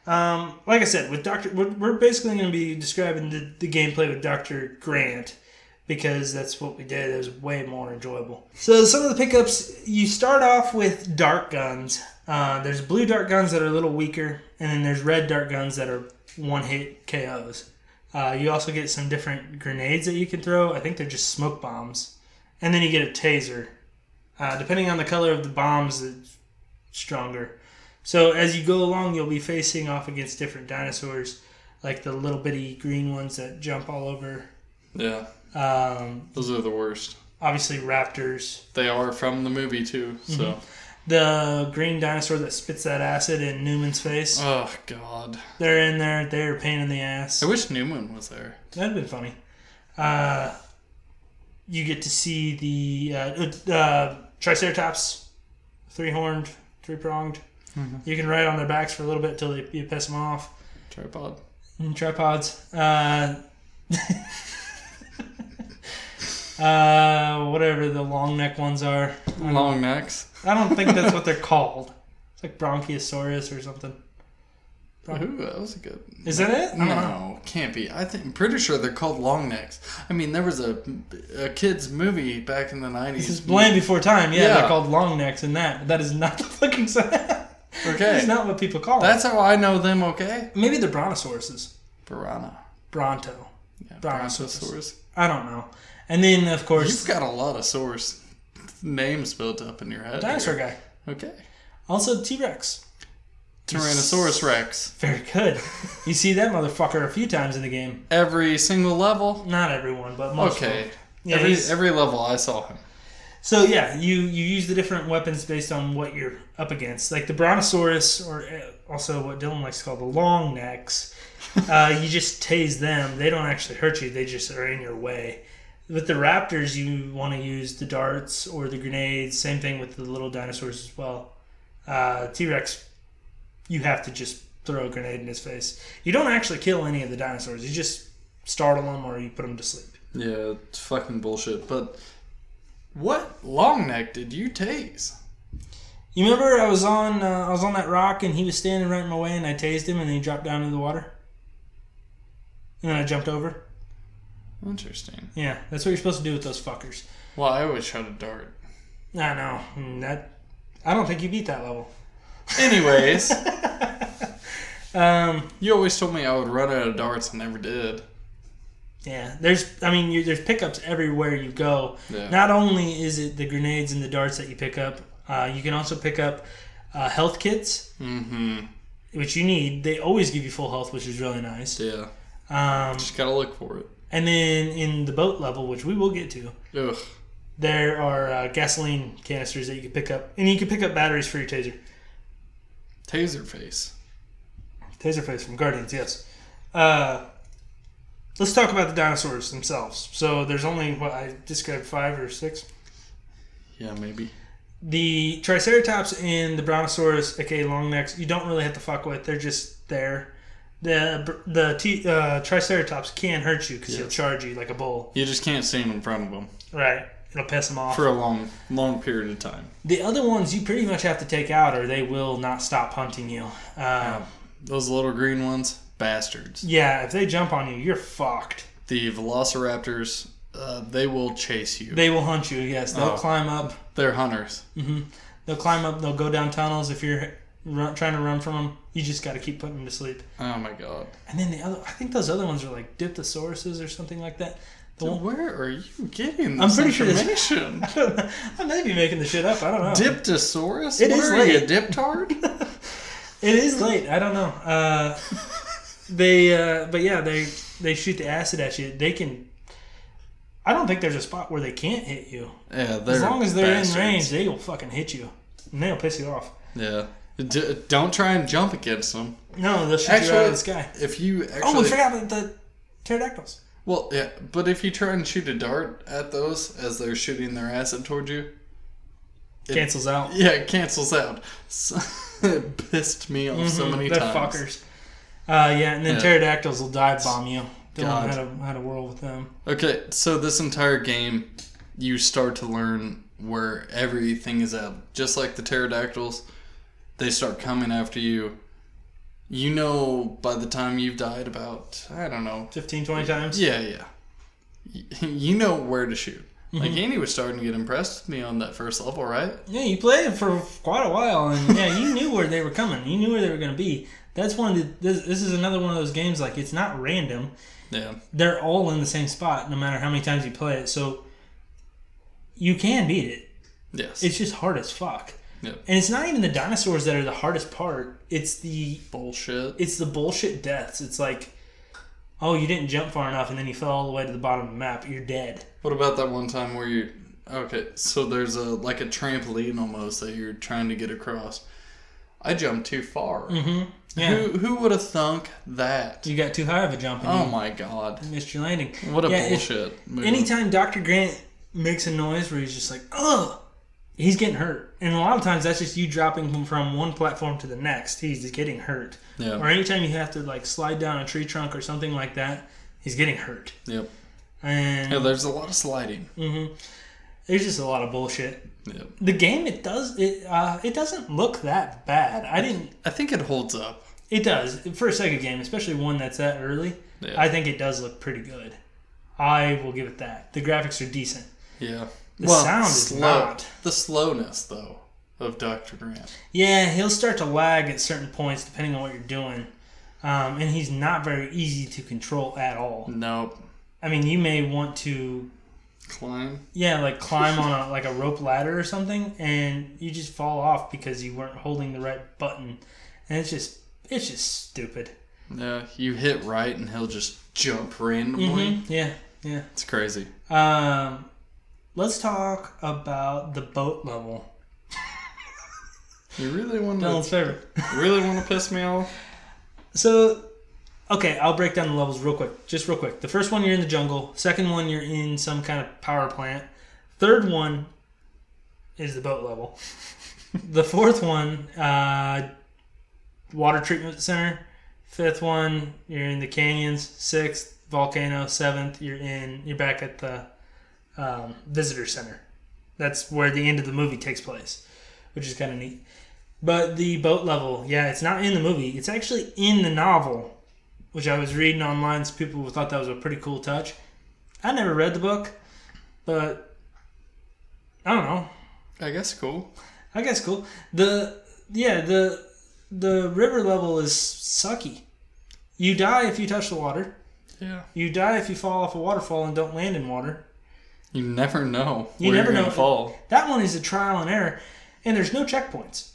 Speaker 1: um, like i said with dr we're we're basically going to be describing the, the gameplay with dr grant because that's what we did it was way more enjoyable so some of the pickups you start off with dart guns uh, there's blue dart guns that are a little weaker and then there's red dart guns that are one hit ko's uh, you also get some different grenades that you can throw i think they're just smoke bombs and then you get a taser uh, depending on the color of the bombs it's stronger so as you go along, you'll be facing off against different dinosaurs, like the little bitty green ones that jump all over.
Speaker 2: Yeah.
Speaker 1: Um,
Speaker 2: Those are the worst.
Speaker 1: obviously raptors.
Speaker 2: They are from the movie too, so
Speaker 1: The green dinosaur that spits that acid in Newman's face.
Speaker 2: Oh god.
Speaker 1: They're in there. They're a pain in the ass.
Speaker 2: I wish Newman was there.
Speaker 1: That'd been funny. Uh, you get to see the uh, uh, Triceratops, three horned, three pronged. You can ride on their backs for a little bit till they, you piss them off.
Speaker 2: Tripod.
Speaker 1: and Mm, tripods. Uh, uh, whatever the long neck ones are.
Speaker 2: Long necks.
Speaker 1: I don't think that's what they're called. It's like Bronchiosaurus or something.
Speaker 2: Ooh, that was a good
Speaker 1: Is that it? Uh-huh. I don't know.
Speaker 2: No, can't be. I think I'm pretty sure they're called long necks. I mean, there was a a kids movie back in the nineties.
Speaker 1: This is Blame Before Time. Yeah, they're
Speaker 2: Yeah.
Speaker 1: called long necks and that. But that is not the fucking sound. That's
Speaker 2: Okay,
Speaker 1: not what people call
Speaker 2: that's how I know them. Okay,
Speaker 1: it. Maybe they're brontosauruses.
Speaker 2: Piranha,
Speaker 1: Bronto.
Speaker 2: yeah,
Speaker 1: Brontosaurus.
Speaker 2: brontosaurus.
Speaker 1: I don't know. And then, of
Speaker 2: You've
Speaker 1: course,
Speaker 2: got a lot of source names built up in your head.
Speaker 1: dinosaur guy.
Speaker 2: here. Okay,
Speaker 1: Also, T Rex.
Speaker 2: Tyrannosaurus Rex.
Speaker 1: Very good. You see that motherfucker a few times in the game.
Speaker 2: Every single level.
Speaker 1: Not everyone, but most. of them.
Speaker 2: Okay,
Speaker 1: Yeah,
Speaker 2: every
Speaker 1: he's-
Speaker 2: every level I saw him.
Speaker 1: So yeah, you you use the different weapons based on what you're up against. Like the Brontosaurus, or uh, also what Dylan likes to call the long necks. Uh, you just tase them. They don't actually hurt you. They just are in your way. With the raptors, you want to use the darts or the grenades. Same thing with the little dinosaurs as well. Uh, T Rex, you have to just throw a grenade in his face. You don't actually kill any of the dinosaurs. You just startle them or you put them to sleep.
Speaker 2: Yeah, it's fucking bullshit. But what long neck did you tase?
Speaker 1: You remember I was on uh, I was on that rock and he was standing right in my way and I tased him and then he dropped down into the water. And then I jumped over.
Speaker 2: Interesting.
Speaker 1: Yeah, that's what you're supposed to do with those fuckers.
Speaker 2: Well, I always shot a dart.
Speaker 1: I know mm, that. I don't think you beat that level.
Speaker 2: Anyways,
Speaker 1: Um,
Speaker 2: you always told me I would run out of darts. I never did.
Speaker 1: yeah, there's I mean you, there's pickups everywhere you go.
Speaker 2: Yeah.
Speaker 1: Not only is it the grenades and the darts that you pick up, uh, you can also pick up uh, health kits,
Speaker 2: Mm-hmm.
Speaker 1: which you need. They always give you full health, which is really nice.
Speaker 2: Yeah.
Speaker 1: Um,
Speaker 2: Just gotta look for it.
Speaker 1: and then in the boat level, which we will get to,
Speaker 2: Ugh.
Speaker 1: there are uh, gasoline canisters that you can pick up, and you can pick up batteries for your taser.
Speaker 2: Taser face.
Speaker 1: Taser face from Guardians, yes. Uh, Let's talk about the dinosaurs themselves. So there's only what I described five or six.
Speaker 2: Yeah, maybe.
Speaker 1: The Triceratops and the Brontosaurus, aka Longnecks, you don't really have to fuck with. They're just there. The the t- uh, Triceratops can hurt you because he'll charge you like a bull.
Speaker 2: You just can't stand in front of them
Speaker 1: Right. It'll piss them off.
Speaker 2: for a long, long period of time.
Speaker 1: The other ones you pretty much have to take out, or they will not stop hunting you. Uh,
Speaker 2: Those little green ones, bastards.
Speaker 1: yeah, if they jump on you, you're fucked.
Speaker 2: The velociraptors, uh, they will chase you.
Speaker 1: They will hunt you. Yes, they'll
Speaker 2: Oh.
Speaker 1: climb up.
Speaker 2: They're hunters.
Speaker 1: They'll climb up. They'll go down tunnels. If you're run, trying to run from them, you just got to keep putting them to sleep.
Speaker 2: Oh my god.
Speaker 1: And then the other, I think those other ones are like Diphthosauruses or something like that. The one,
Speaker 2: Where are you getting
Speaker 1: I'm
Speaker 2: this
Speaker 1: pretty sure this-
Speaker 2: information?
Speaker 1: I may be making the shit up. I don't know.
Speaker 2: Diptosaurus?
Speaker 1: It
Speaker 2: What
Speaker 1: is
Speaker 2: are
Speaker 1: late.
Speaker 2: you, a diptard?
Speaker 1: It is late. I don't know. Uh, they, uh, but yeah, they they shoot the acid at you. They can. I don't think there's a spot where they can't hit you.
Speaker 2: yeah, they're
Speaker 1: As long as they're
Speaker 2: bastards.
Speaker 1: in range, they will fucking hit you, and they'll piss you off.
Speaker 2: Yeah. D- don't try and jump against them.
Speaker 1: No, they'll shoot you out
Speaker 2: Actually,
Speaker 1: of the sky.
Speaker 2: if you actually,
Speaker 1: Oh, we forgot about the pterodactyls.
Speaker 2: well, yeah, but if you try and shoot a dart at those as they're shooting their acid toward you,
Speaker 1: Cancels out.
Speaker 2: yeah, it cancels out. So, it pissed me off so many
Speaker 1: They're
Speaker 2: times.
Speaker 1: fuckers. Uh, yeah, and then
Speaker 2: Yeah.
Speaker 1: pterodactyls will dive bomb you. Don't
Speaker 2: God.
Speaker 1: know how to how to whirl with them.
Speaker 2: Okay, so this entire game, you start to learn where everything is at. Just like the pterodactyls, they start coming after you. You know, by the time you've died, about I don't know,
Speaker 1: 15, 20 times.
Speaker 2: Yeah, yeah. Y- You know where to shoot. Like Andy was starting to get impressed with me on that first level, right?
Speaker 1: Yeah, you played it for quite a while, and yeah, you knew where they were coming. You knew where they were going to be. That's one. Of the, this, this is another one of those games. Like it's not random.
Speaker 2: Yeah.
Speaker 1: They're all in the same spot, no matter how many times you play it. So you can beat it.
Speaker 2: Yes.
Speaker 1: It's just hard as fuck.
Speaker 2: Yeah.
Speaker 1: And it's not even the dinosaurs that are the hardest part. It's the
Speaker 2: Bullshit.
Speaker 1: it's the bullshit deaths. It's like, oh, you didn't jump far enough, and then you fell all the way to the bottom of the map. You're dead.
Speaker 2: What about that one time where you? Okay, so there's a like a trampoline almost that you're trying to get across. I jumped too far.
Speaker 1: Mm-hmm. Yeah.
Speaker 2: Who who would have thunk that?
Speaker 1: You got too high of a jump and
Speaker 2: Oh my god!
Speaker 1: you missed your landing.
Speaker 2: What a
Speaker 1: Mm-hmm. Yeah, it's-
Speaker 2: bullshit move.
Speaker 1: Anytime Dr. Grant makes a noise where he's just like, ugh, he's getting hurt. And a lot of times that's just you dropping him from one platform to the next. He's just getting hurt.
Speaker 2: Yeah.
Speaker 1: Or anytime you have to like slide down a tree trunk or something like that, he's getting hurt.
Speaker 2: Yep.
Speaker 1: And
Speaker 2: Yeah, there's a lot of sliding.
Speaker 1: Mm. there's just a lot of bullshit.
Speaker 2: Yep.
Speaker 1: The game it does it uh, it doesn't look that bad. I didn't
Speaker 2: I think it holds up.
Speaker 1: It does for a Sega game, especially one that's that early.
Speaker 2: Yeah.
Speaker 1: I think it does look pretty good. I will give it that. The graphics are decent.
Speaker 2: Yeah. The
Speaker 1: sound is not.
Speaker 2: The slowness though of Doctor Grant.
Speaker 1: Yeah, he'll start to lag at certain points depending on what you're doing, um, and he's not very easy to control at all.
Speaker 2: Nope.
Speaker 1: I mean, you may want to
Speaker 2: Climb.
Speaker 1: yeah like climb on a, like a rope ladder or something, and you just fall off because you weren't holding the right button, and it's just it's just stupid.
Speaker 2: No, you hit right and he'll just jump randomly.
Speaker 1: Yeah, yeah.
Speaker 2: It's crazy.
Speaker 1: Um, let's talk about the boat level.
Speaker 2: You really want
Speaker 1: Dylan's
Speaker 2: to
Speaker 1: favorite.
Speaker 2: really want to piss me off?
Speaker 1: So, okay, I'll break down the levels real quick. Just real quick. The first one, you're in the jungle. Second one, you're in some kind of power plant. Third one is the boat level. the fourth one, uh, water treatment center. Fifth one, you're in the canyons. Sixth, volcano. Seventh, you're in. You're back at the um, visitor center. That's where the end of the movie takes place, which is kind of neat. But the boat level, yeah, it's not in the movie. It's actually in the novel, which I was reading online. So people thought that was a pretty cool touch. I never read the book, but I don't know.
Speaker 2: I guess cool.
Speaker 1: I guess cool. The yeah the the river level is sucky. You die if you touch the water.
Speaker 2: Yeah.
Speaker 1: You die if you fall off a waterfall and don't land in water.
Speaker 2: You never know.
Speaker 1: You
Speaker 2: where
Speaker 1: never
Speaker 2: you're
Speaker 1: know.
Speaker 2: Gonna fall.
Speaker 1: That one is a trial and error, and there's no checkpoints.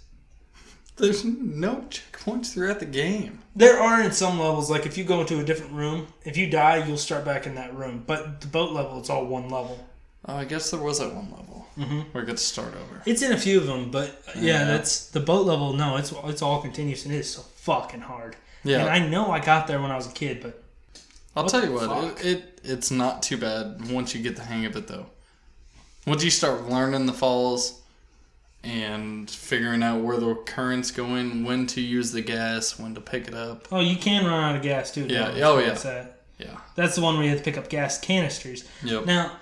Speaker 2: There's no checkpoints throughout the game.
Speaker 1: There are in some levels, like if you go into a different room, if you die, you'll start back in that room. But the boat level, it's all one level.
Speaker 2: Oh, I guess there was that one level mm-hmm. where it gets to start over.
Speaker 1: It's in a few of them, but uh, yeah,
Speaker 2: Yeah.
Speaker 1: that's the boat level. No, it's it's all continuous and it is so fucking hard.
Speaker 2: Yeah.
Speaker 1: And I know I got there when I was a kid, but
Speaker 2: I'll
Speaker 1: What
Speaker 2: tell
Speaker 1: the
Speaker 2: you what,
Speaker 1: fuck?
Speaker 2: it, it it's not too bad once you get the hang of it though. Once you start learning the falls and figuring out where the current's going, when to use the gas, when to pick it up.
Speaker 1: Oh, you can run out of gas too.
Speaker 2: Yeah,
Speaker 1: now.
Speaker 2: oh, yeah.
Speaker 1: That's that.
Speaker 2: Yeah.
Speaker 1: That's the one where you have to pick up gas canisters.
Speaker 2: Yep.
Speaker 1: Now,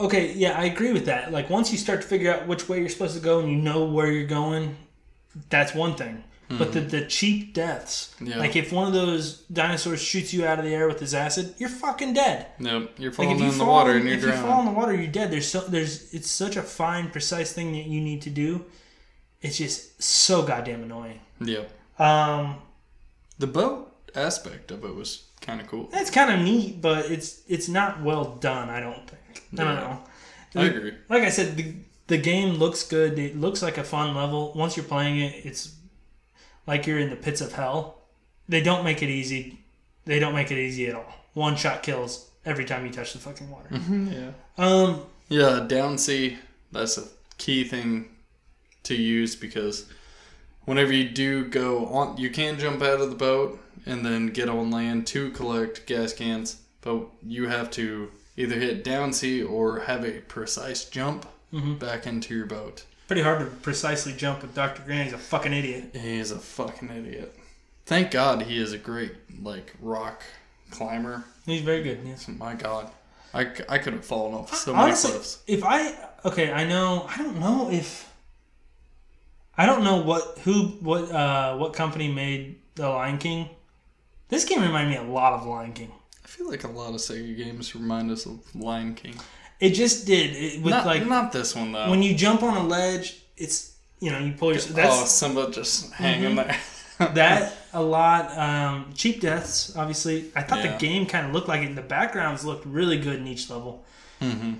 Speaker 1: okay, yeah, I agree with that. Like once you start to figure out which way you're supposed to go and you know where you're going, that's one thing. But the, the cheap deaths,
Speaker 2: Hmm. Yeah.
Speaker 1: like if one of those dinosaurs shoots you out of the air with his acid, you're fucking dead.
Speaker 2: Yep. You're
Speaker 1: Like
Speaker 2: falling
Speaker 1: if you
Speaker 2: in the
Speaker 1: fall,
Speaker 2: water and you're
Speaker 1: if you fall in
Speaker 2: drowning.
Speaker 1: the water, you're dead. There's so there's it's such a fine, precise thing that you need to do. It's just so goddamn annoying.
Speaker 2: Yep.
Speaker 1: Um,
Speaker 2: The boat aspect of it was kind of cool.
Speaker 1: that's kind of neat, but it's it's not well done. I don't think. I don't
Speaker 2: Yeah.
Speaker 1: know.
Speaker 2: I agree.
Speaker 1: Like I said, the the game looks good. It looks like a fun level. Once you're playing it, it's like you're in the pits of hell. They don't make it easy. They don't make it easy at all. One shot kills every time you touch the fucking water.
Speaker 2: Yeah.
Speaker 1: Um,
Speaker 2: Yeah, down C, that's a key thing to use because whenever you do go on, you can jump out of the boat and then get on land to collect gas cans, but you have to either hit down C or have a precise jump back into your boat.
Speaker 1: pretty hard to precisely jump with Dr. Grant. He's a fucking idiot.
Speaker 2: He's a fucking idiot. Thank God he is a great, like, rock climber.
Speaker 1: He's very good. Yes.
Speaker 2: My God. I, c- I could have fallen off so many
Speaker 1: Honestly,
Speaker 2: cliffs.
Speaker 1: if I okay, I know I don't know if I don't know what who what uh what company made the Lion King. This game reminded me a lot of Lion King.
Speaker 2: I feel like a lot of Sega games remind us of Lion King.
Speaker 1: It just did it, with
Speaker 2: Not,
Speaker 1: like
Speaker 2: not this one though.
Speaker 1: when you jump on a ledge, it's you know you pull your that's Mm-hmm.
Speaker 2: oh, Simba just hanging there.
Speaker 1: that a lot. Um, cheap deaths, obviously. I thought
Speaker 2: Yeah.
Speaker 1: the game kind of looked like it, and the backgrounds looked really good in each level.
Speaker 2: Mm-hmm.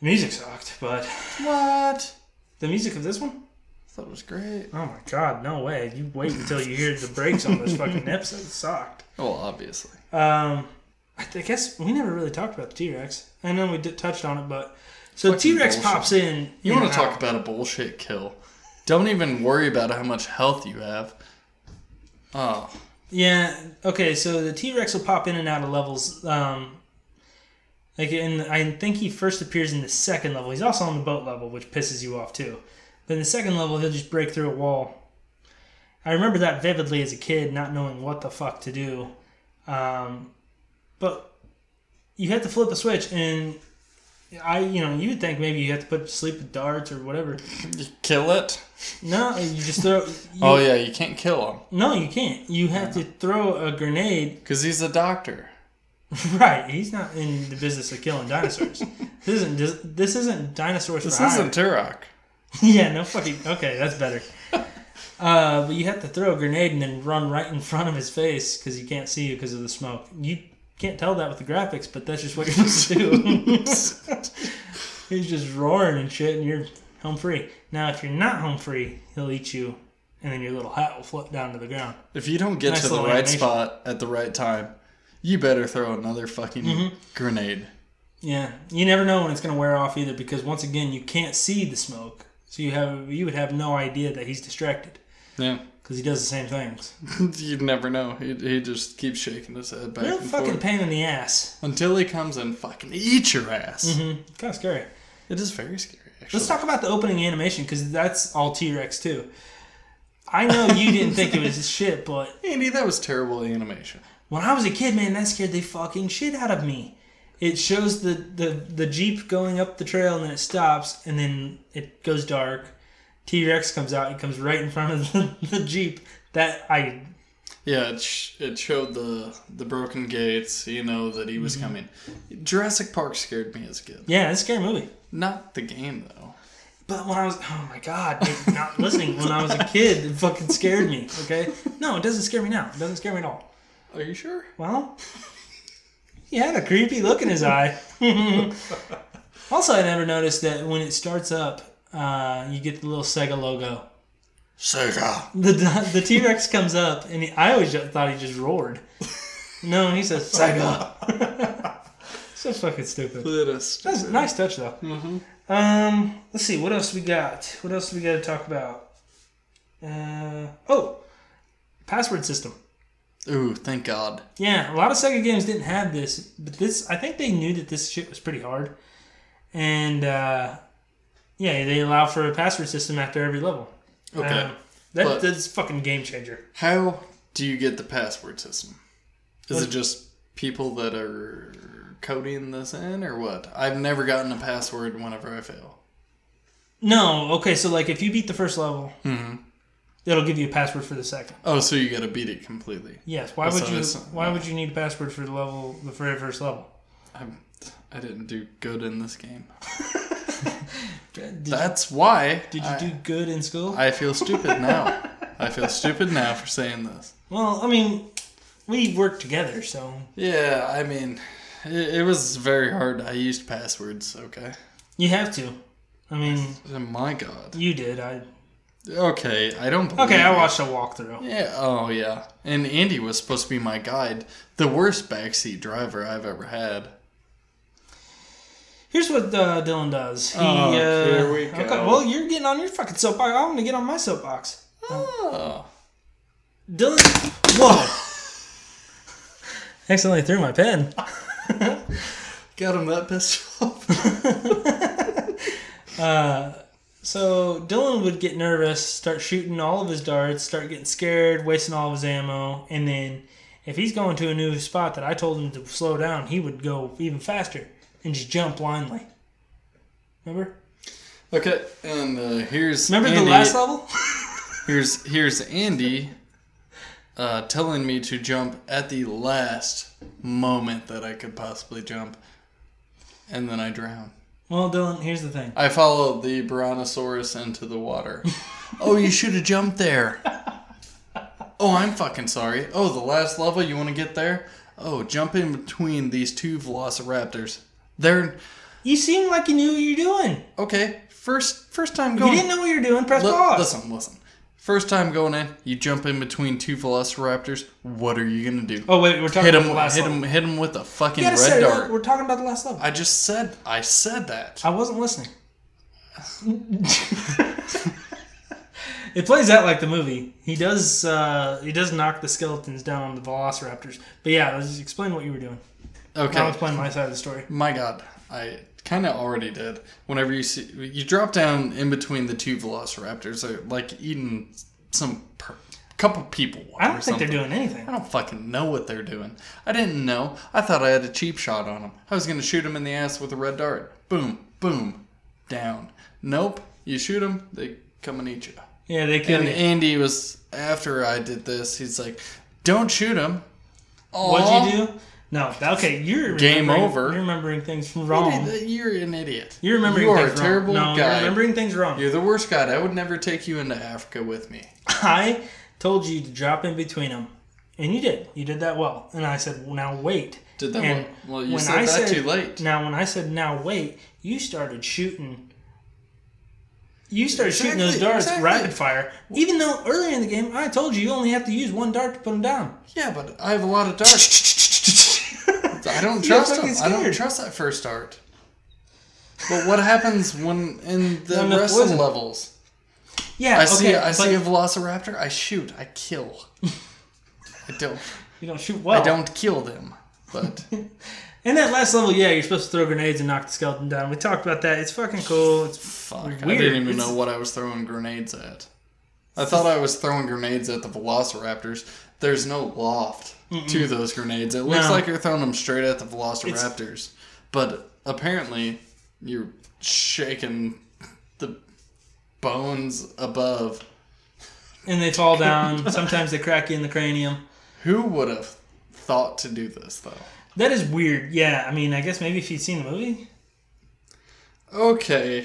Speaker 1: The music sucked, but
Speaker 2: what?
Speaker 1: the music of this one,
Speaker 2: I thought it was great.
Speaker 1: oh my god, no way! You wait until you hear the breaks on this fucking episode. It sucked.
Speaker 2: Well, obviously.
Speaker 1: Um, I, th- I guess we never really talked about the T Rex. I know we did, touched on it, but so T Rex
Speaker 2: bullshit.
Speaker 1: pops in.
Speaker 2: You want to talk about a bullshit kill? Don't even worry about how much health you have. Oh,
Speaker 1: Yeah. Okay. So the T Rex will pop in and out of levels. Um, like, and I think he first appears in the second level. He's also on the boat level, which pisses you off too. But in the second level, he'll just break through a wall. I remember that vividly as a kid, not knowing what the fuck to do. Um, but you have to flip a switch, and I, you know, you would think maybe you have to put it to sleep with darts or whatever.
Speaker 2: you kill it?
Speaker 1: No, you just throw. You,
Speaker 2: Oh yeah, you can't kill him
Speaker 1: No, you can't. You have to throw a grenade
Speaker 2: because he's a doctor.
Speaker 1: Right, he's not in the business of killing dinosaurs. this isn't dis- this isn't dinosaurs.
Speaker 2: This
Speaker 1: for hire.
Speaker 2: isn't Turok.
Speaker 1: yeah, no fucking. Okay, that's better. Uh, but you have to throw a grenade and then run right in front of his face because you can't see you because of the smoke. You can't tell that with the graphics, but that's just what you're supposed to do. he's just roaring and shit, and you're home free. Now, if you're not home free, he'll eat you, and then your little hat will flip down to the ground.
Speaker 2: If you don't get
Speaker 1: Nice
Speaker 2: to the
Speaker 1: little
Speaker 2: right
Speaker 1: animation.
Speaker 2: spot at the right time, you better throw another fucking
Speaker 1: Mm-hmm.
Speaker 2: grenade.
Speaker 1: Yeah, you never know when it's going to wear off either because once again, you can't see the smoke, so you have you would have no idea that he's distracted
Speaker 2: Yeah.
Speaker 1: because he does the same things.
Speaker 2: You'd never know. He, he just keeps shaking his head back
Speaker 1: Real
Speaker 2: and
Speaker 1: fucking
Speaker 2: forth.
Speaker 1: pain in the ass.
Speaker 2: until he comes and fucking eat your ass.
Speaker 1: Kind of scary.
Speaker 2: It is very scary. Actually,
Speaker 1: Let's talk about the opening animation because that's all T Rex too. I know you didn't think it was shit, but
Speaker 2: Andy, that was terrible animation.
Speaker 1: when I was a kid, man, that scared the fucking shit out of me. It shows the, the, the Jeep going up the trail and then it stops and then it goes dark. T Rex comes out, it comes right in front of the, the Jeep. That I
Speaker 2: Yeah, it, sh- it showed the the broken gates. You know that he was coming. Jurassic Park scared me as a kid.
Speaker 1: Yeah, it's a scary movie.
Speaker 2: Not the game though.
Speaker 1: But when I was, oh my god, dude, not listening. When I was a kid, it fucking scared me. Okay, no, it doesn't scare me now. It doesn't scare me at all.
Speaker 2: Are you sure?
Speaker 1: Well, he had a creepy look in his eye. also, I never noticed that when it starts up, uh, you get the little Sega logo.
Speaker 2: Sega.
Speaker 1: The the T Rex comes up, and he, I always ju- thought he just roared. No, he says Sega. so fucking stupid.
Speaker 2: It is.
Speaker 1: That's a nice touch though.
Speaker 2: Mm-hmm.
Speaker 1: Um, let's see what else we got. What else we got to talk about? Uh, oh, password system.
Speaker 2: Ooh, thank God.
Speaker 1: Yeah, a lot of Sega games didn't have this, but this I think they knew that this shit was pretty hard, and uh, yeah, they allow for a password system after every level.
Speaker 2: Okay.
Speaker 1: Um, that,
Speaker 2: but-
Speaker 1: that's fucking game changer.
Speaker 2: How do you get the password system? Is it just people that are coding this in or what? I've never gotten a password whenever I fail.
Speaker 1: No, okay, so like if you beat the first level,
Speaker 2: Mm-hmm.
Speaker 1: it'll give you a password for the second.
Speaker 2: Oh, so you gotta beat it completely.
Speaker 1: Yes. Why would
Speaker 2: So
Speaker 1: you?
Speaker 2: it's-
Speaker 1: Why would you need a password for the level, the very first level?
Speaker 2: I'm, I didn't do good in this game.
Speaker 1: Did,
Speaker 2: That's why.
Speaker 1: did you
Speaker 2: I,
Speaker 1: do good in school?
Speaker 2: I feel stupid now. I feel stupid now for saying this.
Speaker 1: well, I mean, we worked together, so
Speaker 2: Yeah, I mean, it, it was very hard. I used passwords, okay?
Speaker 1: you have to. I mean,
Speaker 2: Oh, my God.
Speaker 1: you did. I
Speaker 2: Okay, I don't believe
Speaker 1: okay. I
Speaker 2: you.
Speaker 1: watched a walkthrough.
Speaker 2: Yeah. Oh, yeah. And Andy was supposed to be my guide. The worst backseat driver I've ever had.
Speaker 1: Here's what uh, Dylan does. He,
Speaker 2: Oh,
Speaker 1: uh,
Speaker 2: here we
Speaker 1: Okay,
Speaker 2: go.
Speaker 1: well, you're getting on your fucking soapbox. I'm gonna get on my soapbox.
Speaker 2: Oh.
Speaker 1: Dylan, whoa! Accidentally threw my pen.
Speaker 2: Got him that pissed off.
Speaker 1: So Dylan would get nervous, start shooting all of his darts, start getting scared, wasting all of his ammo, and then if he's going to a new spot that I told him to slow down, he would go even faster and just jump blindly. Remember?
Speaker 2: okay, and uh, here's
Speaker 1: Remember the
Speaker 2: Andy-
Speaker 1: last level?
Speaker 2: Here's here's Andy uh, telling me to jump at the last moment that I could possibly jump, and then I drown.
Speaker 1: Well, Dylan, here's the thing.
Speaker 2: I followed the Brontosaurus into the water. oh, you should have jumped there. Oh, I'm fucking sorry. Oh, the last level you want to get there? Oh, jump in between these two Velociraptors. They're
Speaker 1: You seem like you knew what you're doing.
Speaker 2: okay. First, first time
Speaker 1: You
Speaker 2: going.
Speaker 1: didn't know what you're doing. Press
Speaker 2: Li-
Speaker 1: pause.
Speaker 2: listen, listen. First time going in, you jump in between two Velociraptors. What are you gonna do?
Speaker 1: Oh wait, we're talking
Speaker 2: hit
Speaker 1: about
Speaker 2: him!
Speaker 1: the last
Speaker 2: Hit
Speaker 1: level.
Speaker 2: him! Hit him with a fucking
Speaker 1: You gotta
Speaker 2: red
Speaker 1: set it up.
Speaker 2: dart.
Speaker 1: We're talking about the last level.
Speaker 2: I just said. I said that.
Speaker 1: I wasn't listening. it plays out like the movie. He does. Uh, he does knock the skeletons down on the velociraptors. But yeah, let's just explain what you were doing. I
Speaker 2: Okay.
Speaker 1: was playing my side of the story.
Speaker 2: My God, I kind of already did. Whenever you see, you drop down in between the two Velociraptors, they're like eating some per- couple people.
Speaker 1: I don't
Speaker 2: or
Speaker 1: think
Speaker 2: something.
Speaker 1: they're doing anything.
Speaker 2: I don't fucking know what they're doing. I didn't know. I thought I had a cheap shot on him. I was gonna shoot him in the ass with a red dart. Boom, boom, down. Nope. You shoot him, they come and eat you.
Speaker 1: Yeah, they kill
Speaker 2: And
Speaker 1: you.
Speaker 2: Andy was after I did this. He's like, "Don't shoot him."
Speaker 1: What'd you do? No. that- Okay, you're
Speaker 2: Game
Speaker 1: remembering-
Speaker 2: over.
Speaker 1: You're remembering things
Speaker 2: Aw.
Speaker 1: wrong.
Speaker 2: You're an idiot.
Speaker 1: You're remembering.
Speaker 2: You are
Speaker 1: things
Speaker 2: a
Speaker 1: wrong.
Speaker 2: terrible
Speaker 1: no,
Speaker 2: guy.
Speaker 1: You're remembering things wrong.
Speaker 2: You're the worst guy. I would never take you into Africa with me.
Speaker 1: I told you to drop in between them, and you did. You did that well. And I said, well, now wait.
Speaker 2: Did that
Speaker 1: And
Speaker 2: well- well, you said that too late.
Speaker 1: Now, when I said now wait, you started shooting. You started shooting those
Speaker 2: Exactly,
Speaker 1: darts
Speaker 2: exactly.
Speaker 1: rapid fire, even though earlier in the game I told you you only have to use one dart to put them down.
Speaker 2: Yeah, but I have a lot of darts. I don't
Speaker 1: You're
Speaker 2: trust
Speaker 1: fucking
Speaker 2: him. I don't
Speaker 1: scared.
Speaker 2: trust that first dart. But what happens when in the
Speaker 1: Not enough
Speaker 2: rest of the
Speaker 1: poison.
Speaker 2: levels?
Speaker 1: Yeah,
Speaker 2: I see.
Speaker 1: okay,
Speaker 2: I see a
Speaker 1: but
Speaker 2: velociraptor. I shoot. I kill. I don't.
Speaker 1: You don't shoot well.
Speaker 2: I don't kill them. But
Speaker 1: And that last level, yeah, you're supposed to throw grenades and knock the skeleton down. We talked about that. It's fucking cool. It's
Speaker 2: fuck, I
Speaker 1: Weird.
Speaker 2: didn't even
Speaker 1: It's-
Speaker 2: know what I was throwing grenades at. I thought I was throwing grenades at the velociraptors. There's no loft to those grenades. It looks
Speaker 1: No.
Speaker 2: like you're throwing them straight at the velociraptors. But apparently, you're shaking the bones above.
Speaker 1: and they fall down. Sometimes they crack you in the cranium.
Speaker 2: Who would have thought to do this, though?
Speaker 1: That is weird. Yeah, I mean, I guess maybe if you'd seen the movie.
Speaker 2: Okay.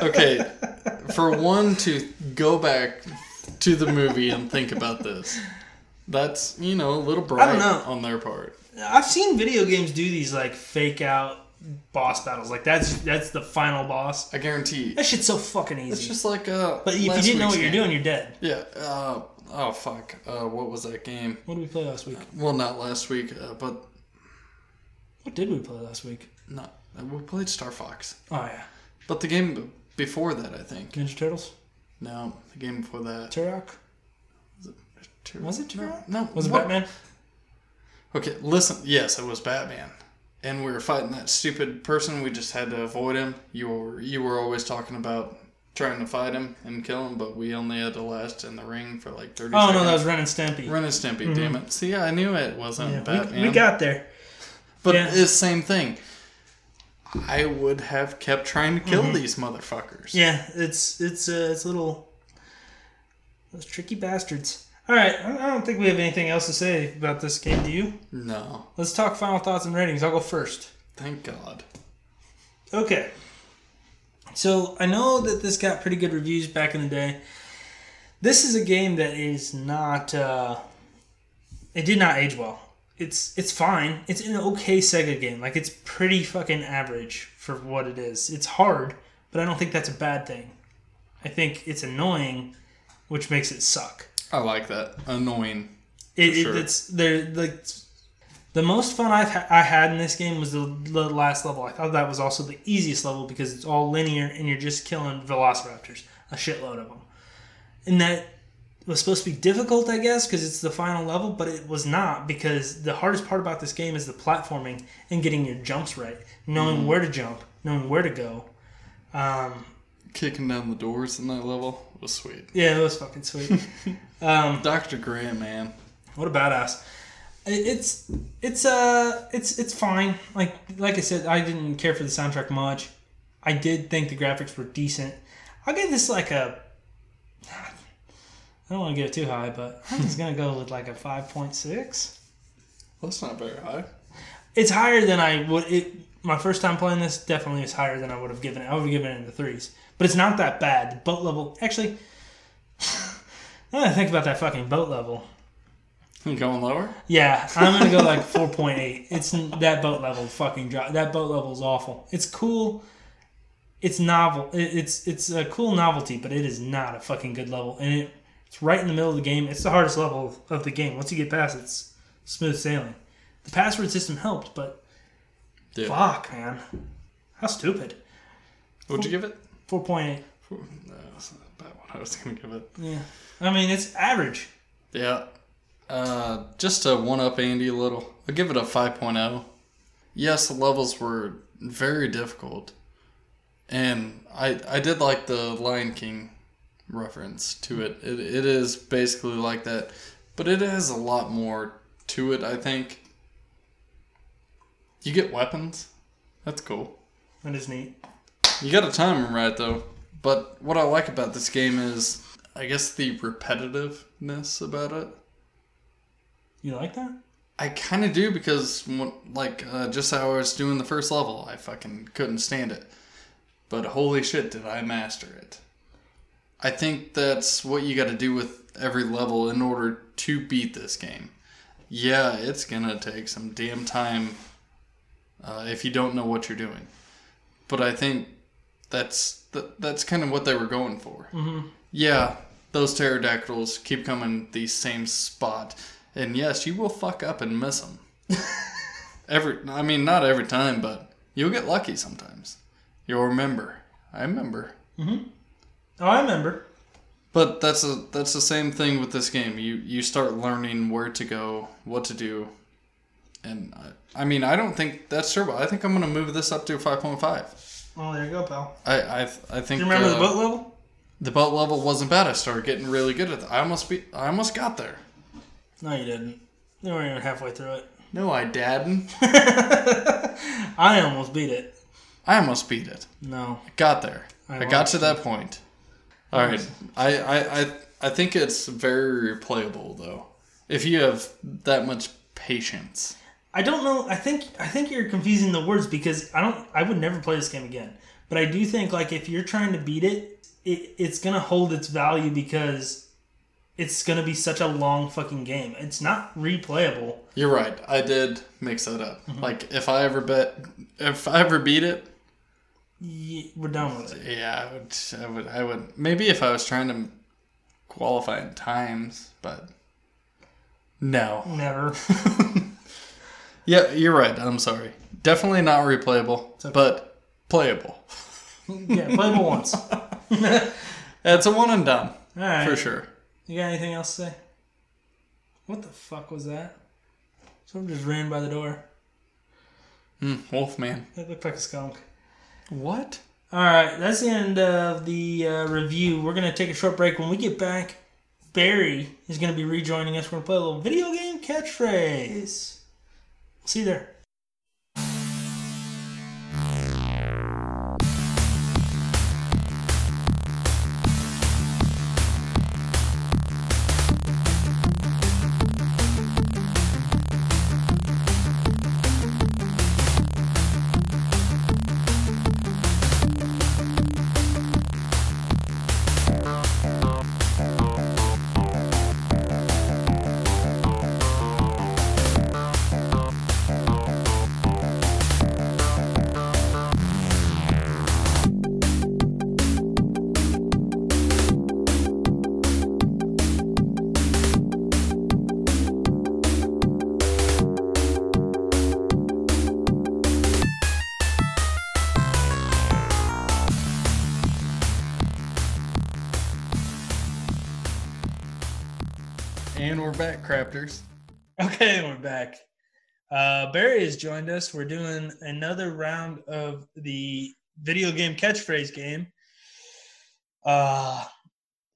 Speaker 2: okay. For one to go back to the movie and think about this. That's, you know, a little bright
Speaker 1: know.
Speaker 2: on their part.
Speaker 1: I've seen video games do these like fake out boss battles. Like that's that's the final boss.
Speaker 2: I guarantee.
Speaker 1: That shit's so fucking easy.
Speaker 2: It's just like uh.
Speaker 1: but if you
Speaker 2: last
Speaker 1: didn't know
Speaker 2: week's
Speaker 1: what you're
Speaker 2: game.
Speaker 1: doing, you're dead.
Speaker 2: yeah. Uh, oh fuck. Uh, what was that game?
Speaker 1: What did we play last week?
Speaker 2: Well, not last week, uh, but
Speaker 1: What did we play last week?
Speaker 2: not. We played Star Fox,
Speaker 1: Oh yeah,
Speaker 2: but the game before that, I think.
Speaker 1: Ninja Turtles,
Speaker 2: No, the game before that.
Speaker 1: Turok.
Speaker 2: Tur-
Speaker 1: Was it Turok?
Speaker 2: No.
Speaker 1: Was it
Speaker 2: what?
Speaker 1: Batman?
Speaker 2: Okay, listen. Yes, it was Batman, and we were fighting that stupid person. We just had to avoid him. You were you were always talking about trying to fight him and kill him, but we only had to last in the ring for like thirty.
Speaker 1: Oh
Speaker 2: seconds.
Speaker 1: no, that was Ren and Stimpy.
Speaker 2: Ren and Stimpy. Damn it! See, I knew it wasn't
Speaker 1: Yeah,
Speaker 2: Batman.
Speaker 1: we, we got there.
Speaker 2: but
Speaker 1: yeah.
Speaker 2: it's the same thing. I would have kept trying to kill these motherfuckers.
Speaker 1: Mm-hmm. Yeah, it's it's uh, it's little those tricky bastards. All right, I I don't think we have anything else to say about this game. Do you?
Speaker 2: No,
Speaker 1: Let's talk final thoughts and ratings. I'll go first.
Speaker 2: thank God.
Speaker 1: Okay. So I know that this got pretty good reviews back in the day. This is a game that is not. Uh, it did not age well. It's it's fine. It's an okay Sega game. Like it's pretty fucking average for what it is. It's hard, but I don't think that's a bad thing. I think it's annoying, which makes it suck.
Speaker 2: I like that. Annoying.
Speaker 1: It,
Speaker 2: sure.
Speaker 1: it, it's they're like the most fun I've ha- I had in this game was the, the last level. I thought that was also the easiest level because it's all linear and you're just killing velociraptors, a shitload of them. And that was supposed to be difficult, I guess, because it's the final level, but it was not because the hardest part about this game is the platforming and getting your jumps right, knowing where to jump, knowing where to go. Um,
Speaker 2: Kicking down the doors in that level was sweet.
Speaker 1: yeah, it was fucking sweet. Mm-hmm.
Speaker 2: Dr. Grant, man.
Speaker 1: What a badass! It- It's it's uh it's it's fine. Like like I said, I didn't care for the soundtrack much. I did think the graphics were decent. I'll give this like a. I don't want to get it too high, but I'm just gonna go with like a five point six.
Speaker 2: That's not very high.
Speaker 1: It's higher than I would. It my first time playing this definitely is higher than I would have given it. I would have given it in the threes, but it's not that bad. The boat level actually. Now that I think about that fucking boat level.
Speaker 2: You Hmm, going lower?
Speaker 1: Yeah, I'm gonna go like 4.8. It's that boat level fucking drop. That boat level is awful. It's cool. It's novel. It, it's it's a cool novelty, but it is not a fucking good level. And it, it's right in the middle of the game. It's the hardest level of, of the game. Once you get past, it, it's smooth sailing. The password system helped, but
Speaker 2: Yeah.
Speaker 1: fuck, man, how stupid.
Speaker 2: Would you give it?
Speaker 1: 4.8.
Speaker 2: No, that's not about what I was going to give it.
Speaker 1: Yeah, I mean it's average.
Speaker 2: Yeah. Uh, just to one up Andy a little, I'll give it a 5.0. Yes, the levels were very difficult. And I, I did like the Lion King reference to it. it. It is basically like that, but it has a lot more to it, I think. You get weapons. That's cool.
Speaker 1: That is neat.
Speaker 2: You gotta time 'em right though. But what I like about this game is, I guess the repetitiveness about it.
Speaker 1: You like that?
Speaker 2: I kind of do because, when- like, uh, just how I was doing the first level, I fucking couldn't stand it. But holy shit, did I master it! I think that's what you got to do with every level in order to beat this game. Yeah, it's gonna take some damn time uh, if you don't know what you're doing. But I think that's th- that's kind of what they were going for. Mm-hmm. Yeah, those pterodactyls keep coming the same spot, and yes, you will fuck up and miss them. every, I mean, not every time, but you'll get lucky sometimes. You'll remember. I remember.
Speaker 1: Oh, I remember.
Speaker 2: But that's a that's the same thing with this game. You you start learning where to go, what to do, and uh, I, I mean I don't think that's terrible. I think I'm gonna move this up to a five point five.
Speaker 1: Oh, there you go, pal.
Speaker 2: I I, I think
Speaker 1: You remember the
Speaker 2: uh,
Speaker 1: boat level?
Speaker 2: the boat level wasn't bad. I started getting really good at. It. I almost be I almost got there.
Speaker 1: No, you didn't. You weren't even halfway through it.
Speaker 2: No, I dadn't.
Speaker 1: I almost beat it.
Speaker 2: I almost beat it.
Speaker 1: No.
Speaker 2: Got there.
Speaker 1: I
Speaker 2: I, got
Speaker 1: watched
Speaker 2: to that point. All right. I, I I I think it's very playable though. If you have that much patience.
Speaker 1: I don't know. I think I think you're confusing the words because I don't. I would never play this game again. But I do think like if you're trying to beat it, it it's gonna hold its value because it's gonna be such a long fucking game. It's not replayable.
Speaker 2: You're right. I did mix that up. Like if I ever bet, if I ever beat it,
Speaker 1: Ye- We're done with it.
Speaker 2: yeah, I would, I would, I would. Maybe if I was trying to qualify in times, but no.
Speaker 1: Never.
Speaker 2: Yeah, you're right. I'm sorry. Definitely not replayable, but playable.
Speaker 1: yeah, playable once. All
Speaker 2: It's a one and done
Speaker 1: right.
Speaker 2: for sure.
Speaker 1: You got anything else to say? What the fuck was that? Someone just ran by the door.
Speaker 2: Mm, Wolfman.
Speaker 1: It looked like a skunk.
Speaker 2: What?
Speaker 1: All right, that's the end of the uh, review. We're gonna take a short break. When we get back, Barry is gonna be rejoining us. We're gonna play a little video game catchphrase. We'll see you there.
Speaker 2: And we're back, crafters.
Speaker 1: Okay, we're back. Uh, Barry has joined us. We're doing another round of the video game catchphrase game. Uh,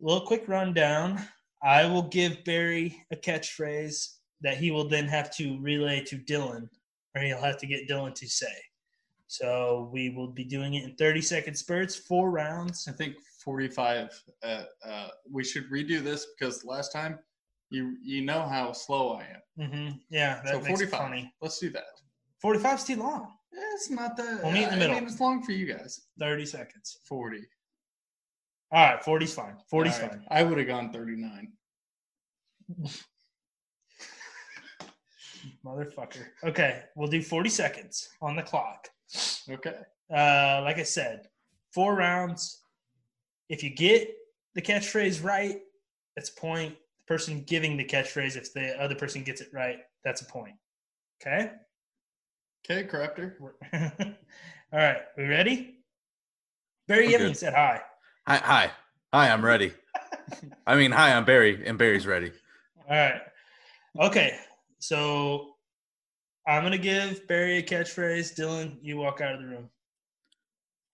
Speaker 1: little quick rundown. I will give Barry a catchphrase that he will then have to relay to Dylan, or he'll have to get Dylan to say. So we will be doing it in 30 second spurts, four rounds.
Speaker 2: I think 45. Uh, uh, we should redo this because last time you you know how slow I am.
Speaker 1: hmm Yeah, that
Speaker 2: so
Speaker 1: makes
Speaker 2: 45.
Speaker 1: it funny.
Speaker 2: Let's do that.
Speaker 1: 45 is too long.
Speaker 2: Eh, It's not that.
Speaker 1: We'll meet in the
Speaker 2: I
Speaker 1: middle.
Speaker 2: mean, it's long for you guys.
Speaker 1: 30 seconds.
Speaker 2: 40.
Speaker 1: All right, 40's fine. 40's
Speaker 2: All right.
Speaker 1: fine.
Speaker 2: I would have gone 39.
Speaker 1: Motherfucker. Okay, we'll do 40 seconds on the clock.
Speaker 2: Okay.
Speaker 1: Uh, like I said, four rounds. If you get the catchphrase right, that's a point. The person giving the catchphrase, if the other person gets it right, that's a point. Okay?
Speaker 2: Okay, Crafter.
Speaker 1: We're- All right, we ready? Barry
Speaker 4: I'm
Speaker 1: Givens
Speaker 4: good.
Speaker 1: said hi.
Speaker 4: Hi, hi, hi. I'm ready. I mean, hi. I'm Barry, and Barry's ready.
Speaker 1: All right. Okay, so I'm going to give Barry a catchphrase. Dylan, you walk out of the room.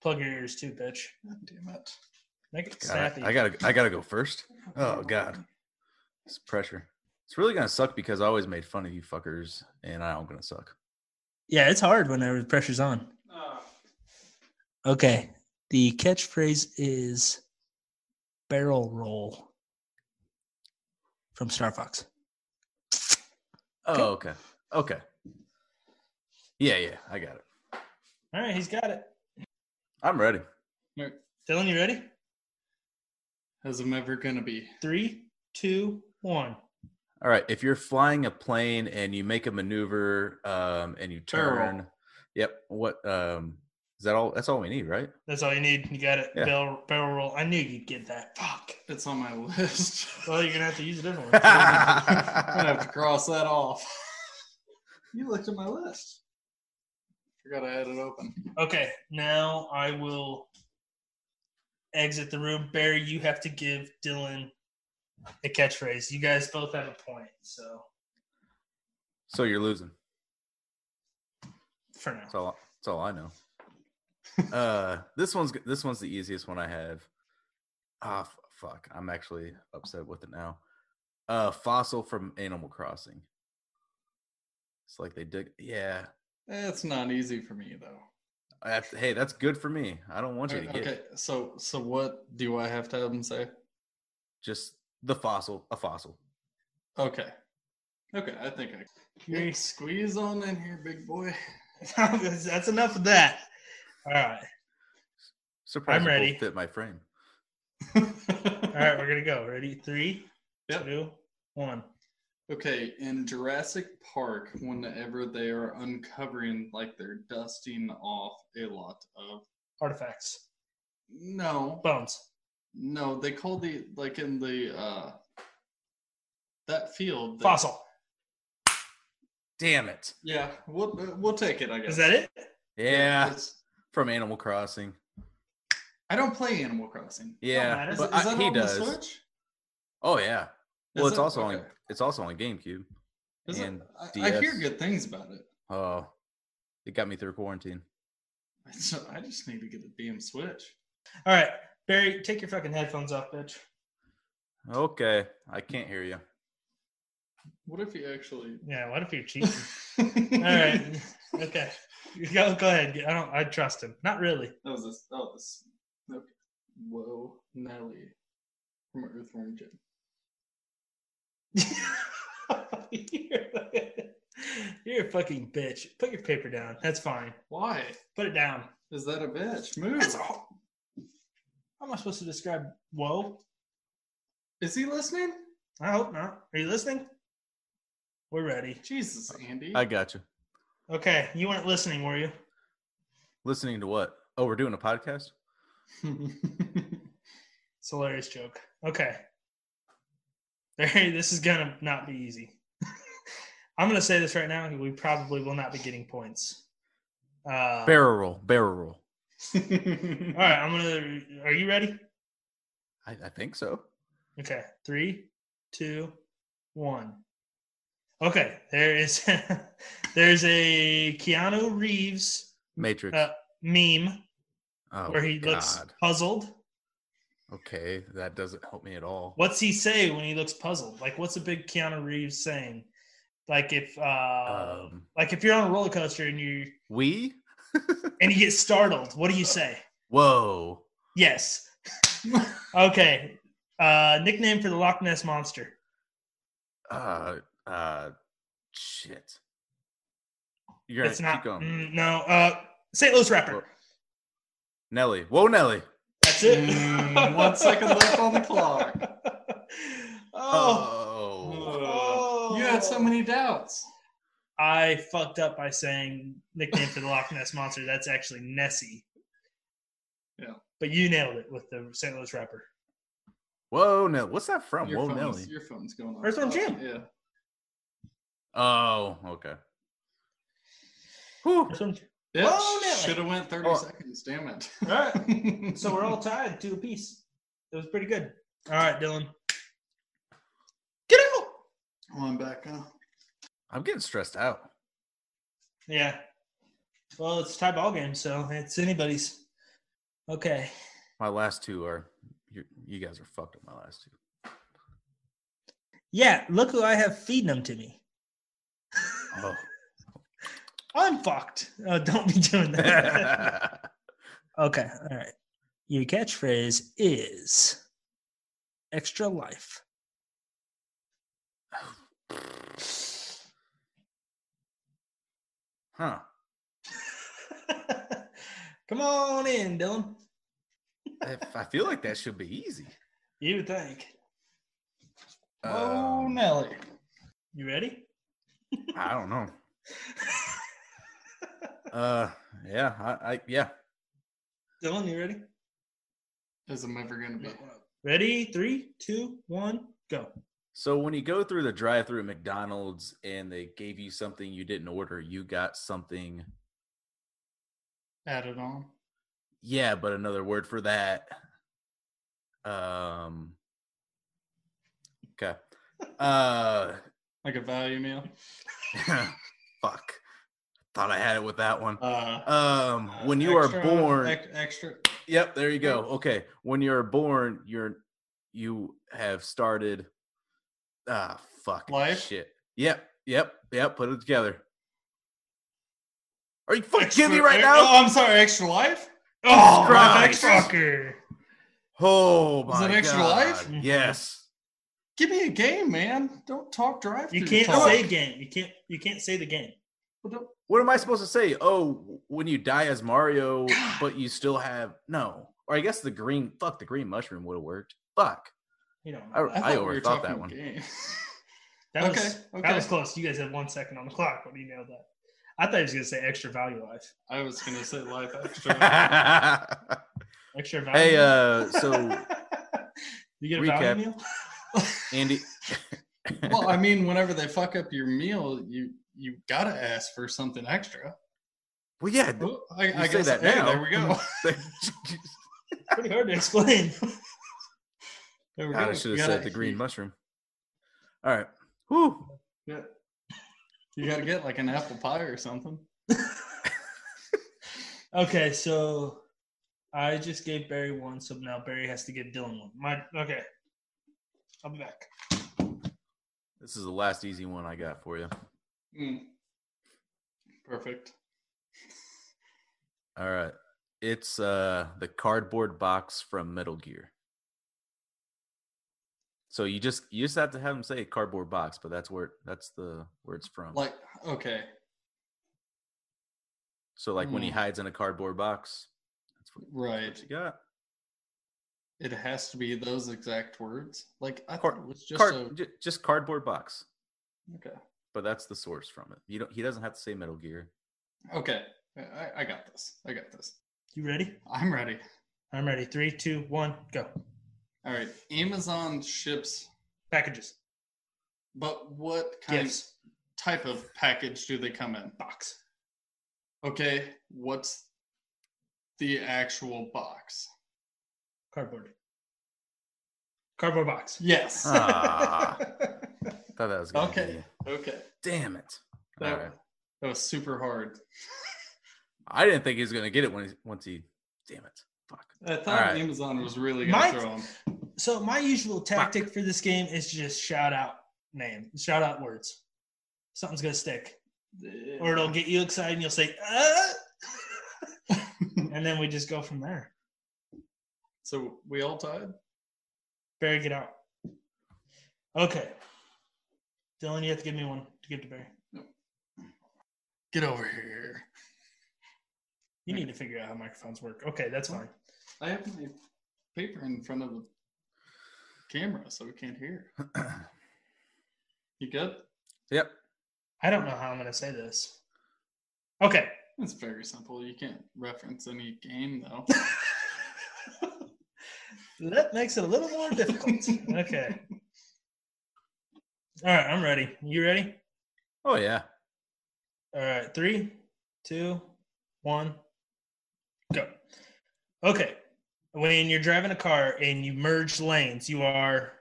Speaker 1: Plug your ears too, bitch.
Speaker 2: God damn it.
Speaker 1: Make it
Speaker 4: God,
Speaker 1: snappy.
Speaker 4: I gotta, I gotta go first. Oh God, it's pressure. It's really gonna suck because I always made fun of you fuckers, and I'm gonna suck.
Speaker 1: yeah, it's hard when the pressure's on. Okay. The catchphrase is barrel roll from Star Fox.
Speaker 4: Oh, okay, okay. Yeah, yeah. I got it.
Speaker 1: All right, he's got it.
Speaker 4: I'm ready.
Speaker 1: Dylan, you ready?
Speaker 2: As I'm ever going to be.
Speaker 1: Three, two, one.
Speaker 4: All right. If you're flying a plane and you make a maneuver, um, and you turn.
Speaker 2: Barrel.
Speaker 4: Yep. What? Um, is that all? That's all we need, right?
Speaker 1: That's all you need. You got it.
Speaker 4: Yeah.
Speaker 1: Barrel, barrel roll. I knew you'd get that. Fuck.
Speaker 2: It's on my list.
Speaker 1: Well, you're going to have to use a different one.
Speaker 2: I'm going to have to cross that off. you looked at my list. Forgot I had it open.
Speaker 1: Okay, now I will exit the room. Barry, you have to give Dylan a catchphrase. You guys both have a point, so
Speaker 4: so you're losing.
Speaker 1: for
Speaker 4: That's
Speaker 1: now.
Speaker 4: all. That's all I know. uh, this one's g- this one's the easiest one I have. Ah, f- fuck! I'm actually upset with it now. Uh, fossil from Animal Crossing. It's like they dig. Yeah.
Speaker 2: It's not easy for me, though.
Speaker 4: I have to- hey, that's good for me. I don't want you to
Speaker 2: Alright,
Speaker 4: get
Speaker 2: Okay, so so what do I have to have him say?
Speaker 4: just the fossil, a fossil.
Speaker 2: Okay. Okay, I think I can
Speaker 1: You're-
Speaker 2: you squeeze on in here, big boy.
Speaker 1: that's that's enough of that. All right,
Speaker 4: Surprise!
Speaker 1: ready.
Speaker 4: Fit my frame.
Speaker 1: all right, we're gonna go. Ready? Three,
Speaker 2: Yep.
Speaker 1: two, one.
Speaker 2: Okay, in Jurassic Park, whenever they are uncovering, like they're dusting off a lot of
Speaker 1: Artifacts,
Speaker 2: no,
Speaker 1: bones.
Speaker 2: no, they call the like in the uh that field they-
Speaker 1: Fossil.
Speaker 4: Damn it!
Speaker 2: Yeah, we'll uh, we'll take it. I guess
Speaker 1: Is that it?
Speaker 4: Yeah,
Speaker 2: it's-
Speaker 4: from Animal Crossing.
Speaker 2: I don't play Animal Crossing.
Speaker 4: Yeah,
Speaker 1: matter.
Speaker 4: but
Speaker 2: is
Speaker 4: I-
Speaker 2: that
Speaker 4: he
Speaker 2: on
Speaker 4: does.
Speaker 2: the Switch?
Speaker 4: Oh yeah, Well,
Speaker 2: Is
Speaker 4: it's
Speaker 2: it?
Speaker 4: also on
Speaker 2: Okay.
Speaker 4: it's also on GameCube.
Speaker 2: Is it?
Speaker 4: and
Speaker 2: I, I hear
Speaker 4: DS.
Speaker 2: good things about it.
Speaker 4: Oh, it got me through quarantine.
Speaker 2: I just, I just need to get a damn Switch.
Speaker 1: All right, Barry, take your fucking headphones off, bitch.
Speaker 4: Okay, I can't hear you.
Speaker 2: What if you actually?
Speaker 1: Yeah, what if you're cheating? All right, okay, go, go ahead. I don't. I trust him. Not really.
Speaker 2: That was this. Oh, this. Okay. Whoa, Nelly from Earthworm Jim.
Speaker 1: you're, you're a fucking bitch. Put your paper down. That's fine.
Speaker 2: Why
Speaker 1: Put it down.
Speaker 2: is that a bitch? Move.
Speaker 1: That's a ho- How am I supposed to describe? Whoa.
Speaker 2: Is he listening?
Speaker 1: I hope not. Are you listening? We're ready.
Speaker 2: Jesus, Andy.
Speaker 4: I got you.
Speaker 1: Okay, you weren't listening, were you?
Speaker 4: Listening to what? Oh, we're doing a podcast.
Speaker 1: It's a hilarious joke. Okay. Barry, this is gonna not be easy. I'm gonna say this right now. We probably will not be getting points. Uh,
Speaker 4: Barrel roll, barrel roll.
Speaker 1: All right, I'm gonna. Are you ready?
Speaker 4: I, I think so.
Speaker 1: Okay, three, two, one. Okay, there is there's a Keanu Reeves
Speaker 4: Matrix.
Speaker 1: Uh, meme
Speaker 4: oh,
Speaker 1: where he looks
Speaker 4: God.
Speaker 1: puzzled.
Speaker 4: Okay, that doesn't help me at all.
Speaker 1: What's he say when he looks puzzled? Like, what's a big Keanu Reeves saying? Like if uh,
Speaker 4: Um,
Speaker 1: like if you're on a roller coaster and you
Speaker 4: we?
Speaker 1: and you get startled, what do you say?
Speaker 4: Whoa.
Speaker 1: Yes. okay. Uh, nickname for the Loch Ness monster.
Speaker 4: Uh, uh, shit. You're
Speaker 1: It's
Speaker 4: gonna
Speaker 1: not.
Speaker 4: keep going.
Speaker 1: mm, no. Uh, St. Louis rapper.
Speaker 4: Whoa. Nelly. Whoa, Nelly.
Speaker 1: That's it.
Speaker 2: Mm, one second left on the clock.
Speaker 1: Oh,
Speaker 4: Oh.
Speaker 1: Oh.
Speaker 2: You had so many doubts.
Speaker 1: I fucked up by saying nickname for the Loch Ness monster. That's actually Nessie.
Speaker 2: Yeah.
Speaker 1: But you nailed it with the St. Louis rapper.
Speaker 4: Whoa, Nelly. What's that from?
Speaker 2: Your
Speaker 4: Whoa,
Speaker 2: phone's,
Speaker 4: Nelly.
Speaker 2: Your phone's going off.
Speaker 1: Earthworm Jim.
Speaker 2: Yeah.
Speaker 4: Oh, okay. Whew.
Speaker 1: This one-
Speaker 2: Yeah,
Speaker 1: Whoa, Nelly.
Speaker 2: should have went 30
Speaker 4: Oh.
Speaker 2: seconds. Damn it.
Speaker 1: All right. So we're all tied two apiece. It was pretty good. All right, Dylan. Get out.
Speaker 2: Oh, I'm back, huh?
Speaker 4: I'm getting stressed out.
Speaker 1: Yeah. Well, it's a tie ball game, so it's anybody's. Okay.
Speaker 4: My last two are you, you guys are fucked up my last two.
Speaker 1: Yeah, look who I have feeding them to me.
Speaker 4: Oh.
Speaker 1: I'm fucked. Oh, don't be doing that. Okay, all right. Your catchphrase is extra life.
Speaker 4: huh.
Speaker 1: Come on in, Dylan.
Speaker 4: I, I feel like that should be easy.
Speaker 1: You would think.
Speaker 2: Oh,
Speaker 4: Um,
Speaker 2: Nelly.
Speaker 1: You ready?
Speaker 4: I don't know. Uh, yeah, I, I yeah.
Speaker 1: Dylan, you ready?
Speaker 2: As I'm ever going to be.
Speaker 1: Ready? Three, two, one, go.
Speaker 4: So when you go through the drive-through at McDonald's and they gave you something you didn't order, you got something.
Speaker 2: Added on.
Speaker 4: Yeah, but another word for that. Um. Okay. Uh.
Speaker 2: Like a value meal.
Speaker 4: fuck. Thought I had it with that one.
Speaker 2: Uh,
Speaker 4: Um.
Speaker 2: uh,
Speaker 4: When you are
Speaker 2: extra,
Speaker 4: born.
Speaker 2: ex- extra.
Speaker 4: Yep, there you go. Okay, when you're born, you're you have started. Ah, fuck
Speaker 2: Life?
Speaker 4: shit. Yep, yep, yep. Put it together. Are you fucking
Speaker 2: extra
Speaker 4: kidding me right
Speaker 2: e-
Speaker 4: now?
Speaker 2: Oh, I'm sorry. Extra life?
Speaker 1: Oh,
Speaker 4: Christ.
Speaker 1: motherfucker.
Speaker 4: Oh
Speaker 2: Is
Speaker 4: my
Speaker 2: it extra life?
Speaker 4: God, Yes.
Speaker 2: Give me a game, man. Don't talk drive
Speaker 1: You can't say game. You can't. You can't say the game.
Speaker 4: What am I supposed to say? Oh, when you die as Mario, but you still have no. Or I guess the green fuck the green mushroom would have worked. Fuck.
Speaker 1: You know.
Speaker 4: I, I,
Speaker 2: we were
Speaker 4: overthought that
Speaker 2: talking
Speaker 4: one.
Speaker 2: game.
Speaker 1: That
Speaker 2: okay,
Speaker 1: was
Speaker 2: okay.
Speaker 1: that was close. You guys had one second on the clock when you nailed that. I thought he was gonna say extra value life.
Speaker 2: I was going to say life extra.
Speaker 4: hey,
Speaker 1: Extra value.
Speaker 4: uh, so
Speaker 1: you get a
Speaker 4: recap.
Speaker 1: value meal.
Speaker 4: Andy.
Speaker 2: well, I mean, whenever they fuck up your meal, you you gotta ask for something extra.
Speaker 4: Well, yeah, th-
Speaker 2: Oh, I,
Speaker 4: you
Speaker 2: I
Speaker 4: say
Speaker 2: guess
Speaker 4: that
Speaker 2: hey,
Speaker 4: now.
Speaker 2: There we go.
Speaker 1: Pretty hard to explain.
Speaker 2: There we
Speaker 4: God,
Speaker 2: go.
Speaker 4: I should
Speaker 2: You
Speaker 4: have
Speaker 2: gotta-
Speaker 4: said the green mushroom. All right. Whew.
Speaker 2: Yeah. You gotta get like an apple pie or something.
Speaker 1: Okay, so I just gave Barry one, so now Barry has to give Dylan one. My okay. I'll be back.
Speaker 4: This is the last easy one I got for you.
Speaker 2: Mm. Perfect.
Speaker 4: All right. It's uh the cardboard box from Metal Gear. So you just you just have to have them say cardboard box, but that's where that's the where it's from.
Speaker 2: Like, okay.
Speaker 4: so like when he
Speaker 2: hmm.
Speaker 4: hides in a cardboard box, that's what,
Speaker 2: Right.
Speaker 4: what you got.
Speaker 2: It has to be those exact words. Like I
Speaker 4: Car-
Speaker 2: thought it was just
Speaker 4: Card,
Speaker 2: a
Speaker 4: ju- just cardboard box,
Speaker 2: okay.
Speaker 4: but that's the source from it. You don't. He doesn't have to say Metal Gear.
Speaker 2: Okay. I- I, I got this. I got this.
Speaker 1: You ready?
Speaker 2: I'm ready.
Speaker 1: I'm ready. Three, two, one, go.
Speaker 2: All right. Amazon ships,
Speaker 1: Packages.
Speaker 2: but what kind
Speaker 1: Gifts.
Speaker 2: type of package do they come in?
Speaker 1: Box.
Speaker 2: Okay. What's the actual box?
Speaker 1: Cardboard. Cardboard box.
Speaker 2: Yes.
Speaker 4: Ah, thought that was gonna
Speaker 2: Okay.
Speaker 4: be-
Speaker 2: Okay.
Speaker 4: Damn it! All
Speaker 2: That,
Speaker 4: right.
Speaker 2: that was super hard.
Speaker 4: I didn't think he was gonna get it when he, once he. Damn it! Fuck.
Speaker 2: I thought
Speaker 4: right.
Speaker 2: Amazon was really gonna
Speaker 1: My-
Speaker 2: throw 'em.
Speaker 1: So my usual tactic for this game is to just shout out name, shout out words. Something's gonna stick. Or it'll get you excited and you'll say, uh and then we just go from there.
Speaker 2: So we all tied.
Speaker 1: Barry, get out. Okay. Dylan, you have to give me one to give to Barry.
Speaker 2: Get over here.
Speaker 1: You need to figure out how microphones work. Okay, that's fine.
Speaker 2: I have my paper in front of the camera, so we can't hear. You good?
Speaker 4: yep.
Speaker 1: I don't know how I'm gonna say this. Okay.
Speaker 2: It's very simple. You can't reference any game though.
Speaker 1: That makes it a little more difficult. Okay. All right, I'm ready. You ready?
Speaker 4: Oh yeah.
Speaker 1: All right, three, two, one, go. Okay. When you're driving a car and you merge lanes, you are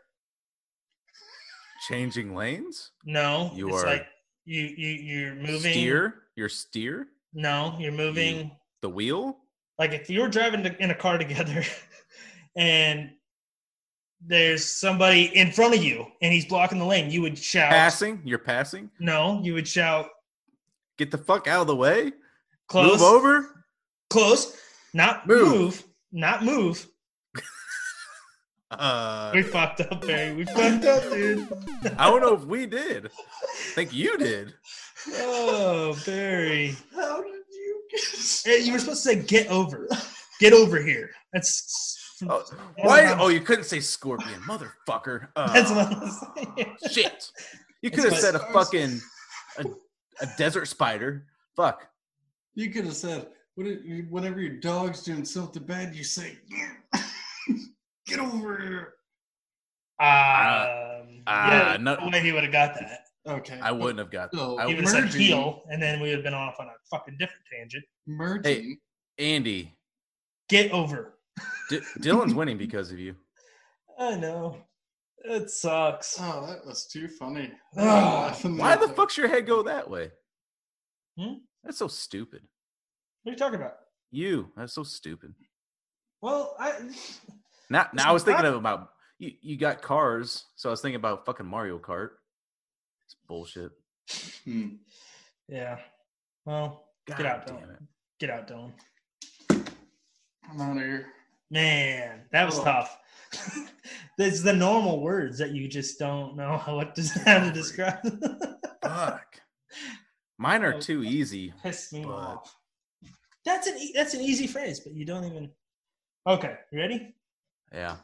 Speaker 4: Changing lanes.
Speaker 1: no.
Speaker 4: You
Speaker 1: it's
Speaker 4: are-
Speaker 1: like you you you're moving.
Speaker 4: Steer. Your steer.
Speaker 1: No, you're moving.
Speaker 4: The wheel.
Speaker 1: like if you were driving to- in a car together and there's somebody in front of you and he's blocking the lane, you would shout.
Speaker 4: Passing. You're passing.
Speaker 1: No, you would shout
Speaker 4: Get the fuck out of the way.
Speaker 1: close.
Speaker 4: Move over.
Speaker 1: Close. Not move.
Speaker 4: Move.
Speaker 1: Not move.
Speaker 4: Uh,
Speaker 1: We fucked up, Barry. We fucked up, dude.
Speaker 4: I don't know if we did. I think you did.
Speaker 1: Oh, Barry.
Speaker 2: How did you get?
Speaker 1: Hey, You were supposed to say get over. Get over here. That's
Speaker 4: Oh, why?
Speaker 1: Amazon.
Speaker 4: Oh, you couldn't say scorpion, motherfucker. Uh,
Speaker 1: that's what I was saying.
Speaker 4: shit. You
Speaker 1: It's
Speaker 4: could have
Speaker 1: my
Speaker 4: said a
Speaker 2: stars.
Speaker 4: fucking a, a desert spider. Fuck.
Speaker 2: You could have said "What if- you- whenever your dog's doing something bad, you say, "Get over here."
Speaker 4: Uh,
Speaker 1: Um, yeah,
Speaker 4: ah, no.
Speaker 1: no way he would have got that.
Speaker 2: Okay.
Speaker 4: I wouldn't have got
Speaker 2: So,
Speaker 4: I
Speaker 1: He would
Speaker 4: would-
Speaker 1: have said
Speaker 2: merging-
Speaker 1: heel, and then we would have been off on a fucking different tangent.
Speaker 2: merging.
Speaker 4: Andy.
Speaker 1: Get over.
Speaker 4: D- Dylan's winning because of you.
Speaker 1: I know. It sucks.
Speaker 2: Oh, that was too funny.
Speaker 1: Ugh.
Speaker 2: Laughing
Speaker 4: Why
Speaker 2: at
Speaker 4: the fuck's your head go that way?
Speaker 1: Hmm?
Speaker 4: That's so stupid.
Speaker 1: What are you talking about?
Speaker 4: You. That's so stupid.
Speaker 1: Well, I
Speaker 4: Now, now I was thinking
Speaker 1: not-
Speaker 4: of about you. You got cars, so I was thinking about fucking Mario Kart. It's bullshit.
Speaker 2: Hmm.
Speaker 1: yeah. Well,
Speaker 4: God
Speaker 1: get out,
Speaker 4: damn it.
Speaker 1: Dylan. Get out, Dylan.
Speaker 2: I'm out of here.
Speaker 1: Man, that was
Speaker 2: Oh.
Speaker 1: tough. It's the normal words that you just don't know how- what to, how to describe.
Speaker 4: Fuck. Mine are
Speaker 1: Oh.
Speaker 4: too easy.
Speaker 1: Piss me
Speaker 4: But-
Speaker 1: off. That's an e- that's an easy phrase, but you don't even. Okay, you ready?
Speaker 4: Yeah.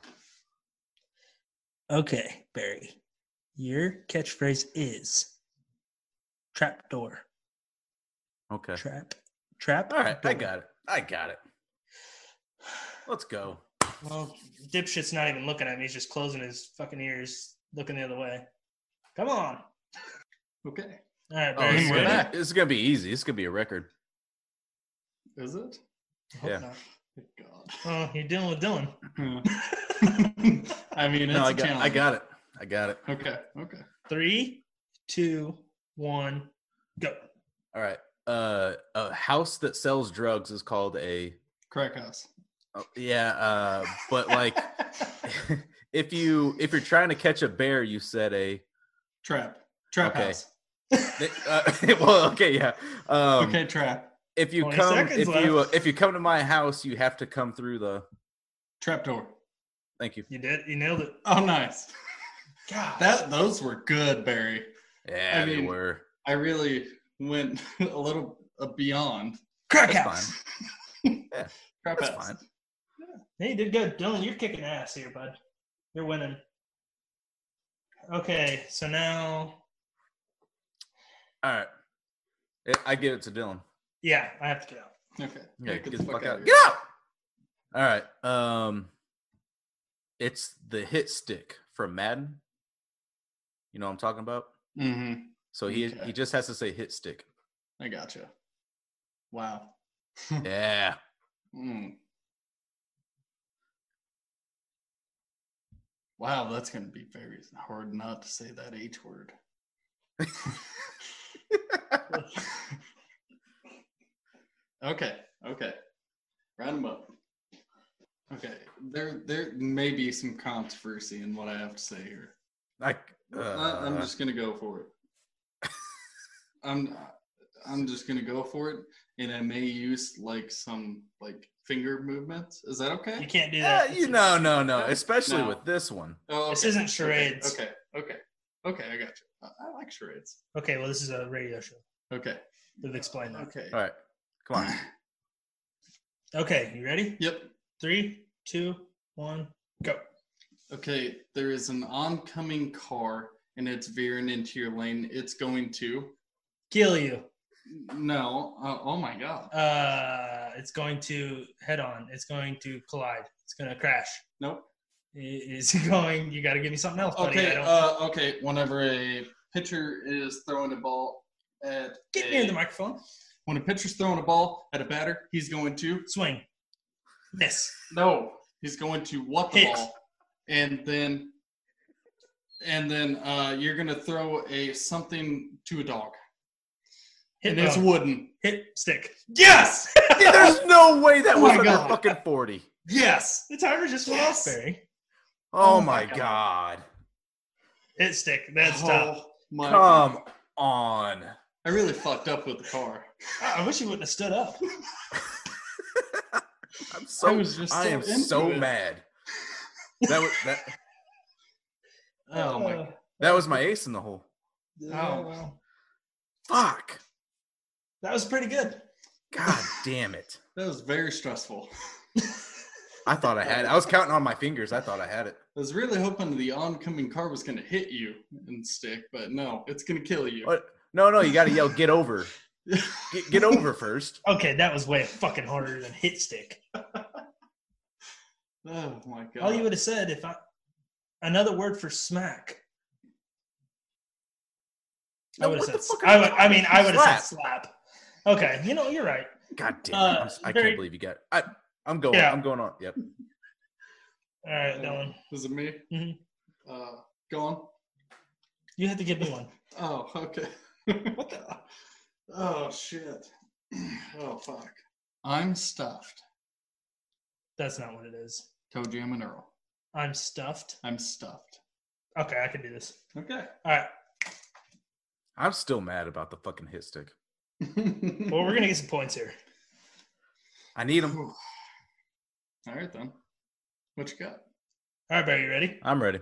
Speaker 1: Okay, Barry. Your catchphrase is trap door.
Speaker 4: Okay.
Speaker 1: Trap. Trap.
Speaker 4: All right. I
Speaker 1: door.
Speaker 4: got it. I got it. Let's go.
Speaker 1: Well, dipshit's not even looking at me. He's just closing his fucking ears, looking the other way. Come on.
Speaker 2: Okay.
Speaker 1: All right,
Speaker 4: Oh,
Speaker 1: Barry.
Speaker 4: it's
Speaker 2: we're
Speaker 4: gonna,
Speaker 2: back.
Speaker 4: be, it's gonna be easy. It's gonna be a record.
Speaker 2: Is it?
Speaker 1: Hope
Speaker 4: yeah.
Speaker 1: not.
Speaker 2: Good God.
Speaker 1: Oh, you're dealing with Dylan.
Speaker 2: Hmm. I mean, it's
Speaker 4: No, I
Speaker 2: a
Speaker 4: got. I
Speaker 2: challenge.
Speaker 4: got it. I got it.
Speaker 2: Okay. Okay.
Speaker 1: Three, two, one, go.
Speaker 4: All right. Uh, a house that sells drugs is called a.
Speaker 2: Crack house.
Speaker 4: oh, yeah, uh, but like, if you if you're trying to catch a bear, you set a.
Speaker 2: Trap. Trap
Speaker 4: Okay.
Speaker 2: house.
Speaker 4: Uh, well, okay, yeah. Um,
Speaker 2: okay, trap.
Speaker 4: If you
Speaker 1: 20
Speaker 4: come,
Speaker 1: seconds
Speaker 4: if you uh,
Speaker 1: left.
Speaker 4: if you come to my house, you have to come through the.
Speaker 2: Trap door.
Speaker 4: Thank you.
Speaker 1: You did. You nailed it.
Speaker 2: Oh, nice.
Speaker 1: God.
Speaker 2: That those were good, Barry.
Speaker 4: Yeah,
Speaker 2: I
Speaker 4: they
Speaker 2: mean,
Speaker 4: were.
Speaker 2: I really went a little uh, beyond.
Speaker 1: crack
Speaker 4: That's
Speaker 1: house.
Speaker 4: fine.
Speaker 2: Trap
Speaker 4: That's
Speaker 2: house.
Speaker 4: fine.
Speaker 1: Hey, you did good, Dylan. You're kicking ass here, bud. You're winning. Okay, so now,
Speaker 4: All right. It, I give it to Dylan.
Speaker 1: yeah, I have to get out.
Speaker 2: Okay.
Speaker 4: Yeah,
Speaker 2: Hey,
Speaker 4: get, the fuck, out.
Speaker 2: of
Speaker 4: Get
Speaker 2: here.
Speaker 4: out. All right. Um, it's the hit stick from Madden. You know what I'm talking about.
Speaker 2: Mhm.
Speaker 4: So he
Speaker 2: Okay.
Speaker 4: he just has to say hit stick.
Speaker 2: I gotcha. Wow.
Speaker 4: Yeah.
Speaker 2: Mm. Wow, that's going to be very hard not to say that H word. okay, okay. Round them up. Okay, there there may be some controversy in what I have to say here.
Speaker 4: Like uh,
Speaker 2: I, I'm just gonna go for it. I'm I'm just gonna go for it, and I may use like some like finger movements. Is that okay?
Speaker 1: You can't do
Speaker 4: Yeah,
Speaker 2: Uh,
Speaker 1: that.
Speaker 4: you no no no, especially
Speaker 2: No.
Speaker 4: with this one.
Speaker 2: Oh,
Speaker 1: This
Speaker 2: okay,
Speaker 1: isn't
Speaker 2: okay,
Speaker 1: charades.
Speaker 2: Okay, okay, okay. I got you. I, I like charades.
Speaker 1: Okay, well, this is a radio show.
Speaker 2: Okay,
Speaker 1: We've explained that.
Speaker 2: okay.
Speaker 4: All right. Come on.
Speaker 1: Okay, you ready?
Speaker 2: Yep.
Speaker 1: Three, two, one, go.
Speaker 2: Okay. There is an oncoming car, and it's veering into your lane. It's going to.
Speaker 1: Kill you.
Speaker 2: No. Uh, oh my god.
Speaker 1: Uh, it's going to head on. It's going to collide. It's going to crash.
Speaker 2: Nope.
Speaker 1: It- It's going. You got to give me something else, buddy. I
Speaker 2: Okay.
Speaker 1: don't-
Speaker 2: Uh, okay. Whenever a pitcher is throwing a ball at
Speaker 1: Get
Speaker 2: a-
Speaker 1: near the microphone.
Speaker 2: When a pitcher's throwing a ball at a batter, he's going to
Speaker 1: Swing. Miss.
Speaker 2: No, he's going to what the
Speaker 1: Hit.
Speaker 2: ball, and then, and then uh, you're gonna throw a something to a dog,
Speaker 1: Hit
Speaker 2: and it's
Speaker 1: bone.
Speaker 2: wooden.
Speaker 1: Hit stick.
Speaker 2: Yes,
Speaker 4: Yeah, there's no way that
Speaker 2: Oh
Speaker 4: was
Speaker 2: my
Speaker 4: under
Speaker 2: God.
Speaker 4: fucking forty.
Speaker 2: yes.
Speaker 1: The timer just went
Speaker 2: Yes.
Speaker 1: off, Barry.
Speaker 4: Oh,
Speaker 2: Oh
Speaker 4: my
Speaker 2: my
Speaker 4: god.
Speaker 1: Hit stick. That's tough.
Speaker 2: Oh, my!
Speaker 4: Come on.
Speaker 2: I really fucked up with the car.
Speaker 1: I I wish you wouldn't have stood up.
Speaker 4: I'm so I,
Speaker 2: was just so
Speaker 4: am
Speaker 2: into
Speaker 4: so
Speaker 2: it.
Speaker 4: mad. That was that
Speaker 2: Oh my!
Speaker 1: Uh,
Speaker 4: that was my ace in the hole.
Speaker 1: oh, well.
Speaker 4: Fuck.
Speaker 1: That was pretty good.
Speaker 4: God damn it.
Speaker 2: That was very stressful.
Speaker 4: I thought I had it. I was counting on my fingers. I thought I had it.
Speaker 2: I was really hoping the oncoming car was gonna hit you and stick, but no, it's gonna kill you.
Speaker 4: What? No, no, you gotta yell get over. Get, get over first.
Speaker 1: Okay, that was way fucking harder than hit stick.
Speaker 2: oh my god!
Speaker 1: All you would have said if I another word for smack. I
Speaker 4: No,
Speaker 1: would have
Speaker 4: what the
Speaker 1: said.
Speaker 4: fuck
Speaker 1: I
Speaker 4: are
Speaker 1: would.
Speaker 4: you
Speaker 1: I mean, I would have said
Speaker 4: Slap.
Speaker 1: slap. Okay, you know you're right.
Speaker 4: God damn it.
Speaker 1: Uh,
Speaker 4: I'm s- I
Speaker 1: very-
Speaker 4: can't believe you got I I'm going.
Speaker 1: Yeah.
Speaker 4: I'm going on. Yep.
Speaker 1: All right, Dylan,
Speaker 2: Is it me?
Speaker 1: Mhm.
Speaker 2: Uh, go on.
Speaker 1: you have to give me one.
Speaker 2: Oh, okay. what the? Oh shit. Oh fuck. I'm stuffed.
Speaker 1: That's not what it is.
Speaker 2: Toe Jam and Earl.
Speaker 1: I'm stuffed.
Speaker 2: I'm stuffed.
Speaker 1: Okay, I can do this.
Speaker 2: Okay.
Speaker 1: All right.
Speaker 4: I'm still mad about the fucking hit stick.
Speaker 1: Well, we're gonna get some points here.
Speaker 4: I need them.
Speaker 2: All right then. What you got?
Speaker 1: All right, Barry, you ready?
Speaker 4: I'm ready.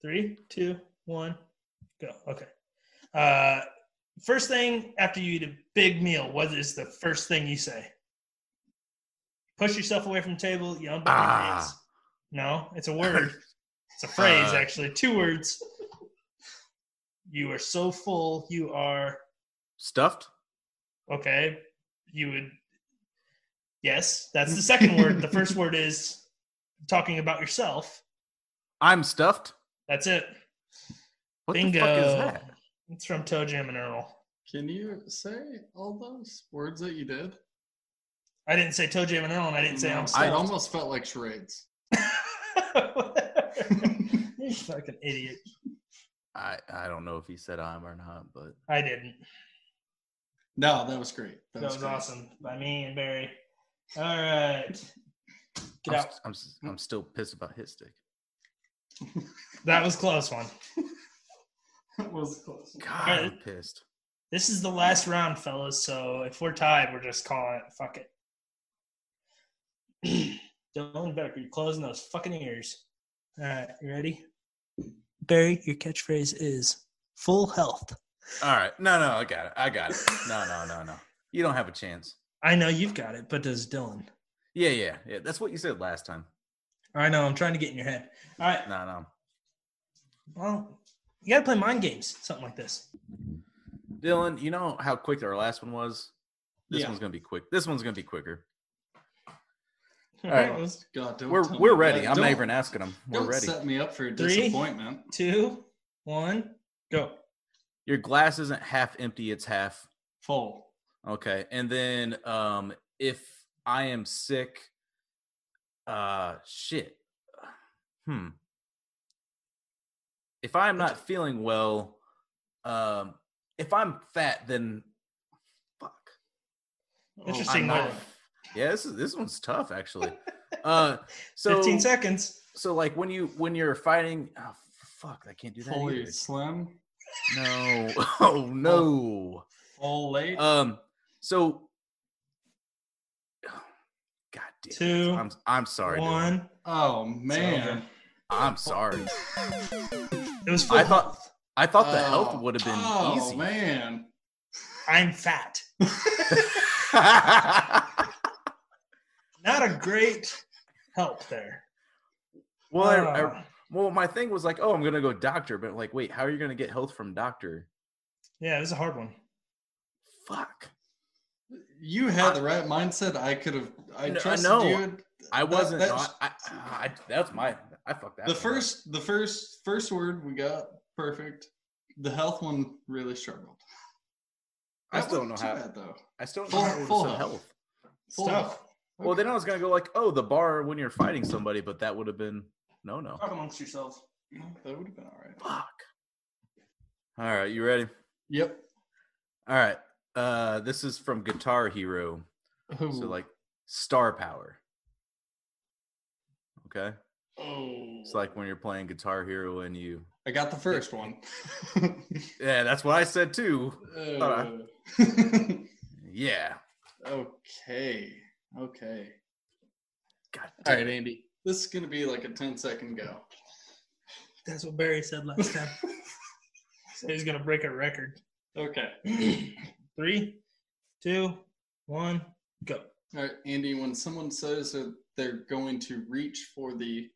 Speaker 1: Three, two, one, go. Okay. Uh, first thing after you eat a big meal, what is the first thing you say? Push yourself away from the table. You unbutton your
Speaker 4: Ah.
Speaker 1: pants. No, it's a word. it's a phrase,
Speaker 4: Uh.
Speaker 1: actually. Two words. You are so full. You are
Speaker 4: Stuffed?
Speaker 1: okay. You would. Yes, that's the second word. The first word is talking about yourself.
Speaker 4: I'm stuffed.
Speaker 1: That's it.
Speaker 4: What
Speaker 1: Bingo.
Speaker 4: the fuck is that?
Speaker 1: It's from Toe Jam and Earl.
Speaker 2: Can you say all those words that you did?
Speaker 1: I didn't say Toe Jam and Earl, and I didn't say I'm
Speaker 2: I
Speaker 1: stuffed.
Speaker 2: almost felt like charades.
Speaker 1: you fucking idiot.
Speaker 4: I I don't know if he said I'm or not, but
Speaker 1: I didn't.
Speaker 2: No, that was great.
Speaker 1: That, was,
Speaker 2: great.
Speaker 1: awesome by me and Barry. All right. Get
Speaker 4: I'm,
Speaker 1: out.
Speaker 4: s- I'm s- I'm still pissed about his stick.
Speaker 1: That was a close one.
Speaker 2: That was close.
Speaker 4: God,
Speaker 1: Alright.
Speaker 4: I'm pissed.
Speaker 1: This is the last round, fellas. So if we're tied, we're just calling it. Fuck it. Dylan Becker, you're closing those fucking ears. All right, you ready? Barry, your catchphrase is full health.
Speaker 4: All right, no, no, I got it. I got it. No, no, no, no. You don't have a chance.
Speaker 1: I know you've got it, but does Dylan?
Speaker 4: Yeah, yeah, yeah. That's what you said last time.
Speaker 1: I know. I'm trying to get in your head. All right.
Speaker 4: No, no.
Speaker 1: Well, you got to play mind games, something like this.
Speaker 4: Dylan, you know how quick our last one was. This
Speaker 2: Yeah.
Speaker 4: one's gonna be quick. This one's gonna be quicker.
Speaker 1: All
Speaker 4: right.
Speaker 1: let's-
Speaker 2: God, don't
Speaker 4: We're
Speaker 2: tell
Speaker 4: we're
Speaker 2: me
Speaker 4: ready.
Speaker 2: that.
Speaker 4: I'm
Speaker 2: Don't-
Speaker 4: not even asking them. We're
Speaker 2: Don't
Speaker 4: ready.
Speaker 2: set me up for a
Speaker 1: Three.
Speaker 2: disappointment.
Speaker 1: Two, one, go.
Speaker 4: Your glass isn't half empty; it's half
Speaker 2: Full.
Speaker 4: Okay. And then um if I am sick uh shit. Hmm. If I am not feeling well, um if I'm fat then fuck.
Speaker 1: Interesting.
Speaker 4: Oh, not-
Speaker 1: one.
Speaker 4: Yeah, this is this one's tough actually. Uh so
Speaker 1: 15 seconds.
Speaker 4: so like when you when you're fighting oh, fuck, I can't do that.
Speaker 2: Fully
Speaker 4: either.
Speaker 2: slim.
Speaker 4: No. Oh no.
Speaker 2: Full late.
Speaker 4: Um. So. God damn. it.
Speaker 1: Two,
Speaker 4: I'm I'm sorry. Dylan.
Speaker 1: One.
Speaker 2: oh man.
Speaker 1: over.
Speaker 4: I'm sorry.
Speaker 1: It was full
Speaker 4: I thought
Speaker 1: health.
Speaker 4: I thought the health
Speaker 2: Oh.
Speaker 4: would have been
Speaker 2: oh,
Speaker 4: easy.
Speaker 2: man.
Speaker 1: I'm fat. Not a great help there.
Speaker 4: well, I, I,
Speaker 1: Uh,
Speaker 4: well, my thing was like, oh, I'm gonna go doctor, but like, wait, how are you gonna get health from doctor?
Speaker 1: yeah, it was a hard one.
Speaker 4: Fuck.
Speaker 2: You had the right mindset. I could have. I
Speaker 4: No, I
Speaker 2: trusted
Speaker 4: know.
Speaker 2: you.
Speaker 4: I wasn't.
Speaker 2: that-
Speaker 4: not- I, I, that's my. I fucked that.
Speaker 2: The
Speaker 4: one up.
Speaker 2: first, the first, first word we got perfect. The health one really struggled.
Speaker 4: I
Speaker 2: That
Speaker 4: still don't know
Speaker 2: wasn't too
Speaker 4: how.
Speaker 2: bad, though.
Speaker 4: I still don't know
Speaker 2: full-
Speaker 4: how it was
Speaker 2: full
Speaker 4: so
Speaker 2: health.
Speaker 4: health.
Speaker 2: Full
Speaker 1: Stuff.
Speaker 2: health.
Speaker 4: Well, then I was gonna go like, oh, the bar when you're fighting somebody, but that would have been no, no.
Speaker 2: Oh.
Speaker 1: Talk amongst yourselves.
Speaker 2: No, that would have been all right.
Speaker 4: Fuck. All right, you ready?
Speaker 2: Yep.
Speaker 4: All right. Uh, this is from Guitar Hero. So like star power. Okay.
Speaker 2: oh,
Speaker 4: It's like when you're playing Guitar Hero and you.
Speaker 2: I got the first one.
Speaker 4: Yeah, that's what I said too.
Speaker 2: Uh,
Speaker 4: Yeah.
Speaker 2: okay. Okay.
Speaker 4: God.
Speaker 2: All
Speaker 4: damn
Speaker 2: right,
Speaker 4: it.
Speaker 2: Andy. This is gonna be like a 10 second go.
Speaker 1: That's what Barry said last time. so he's gonna break a record.
Speaker 2: Okay.
Speaker 1: Three, two, one, go.
Speaker 2: All right, Andy. When someone says that they're going to reach for the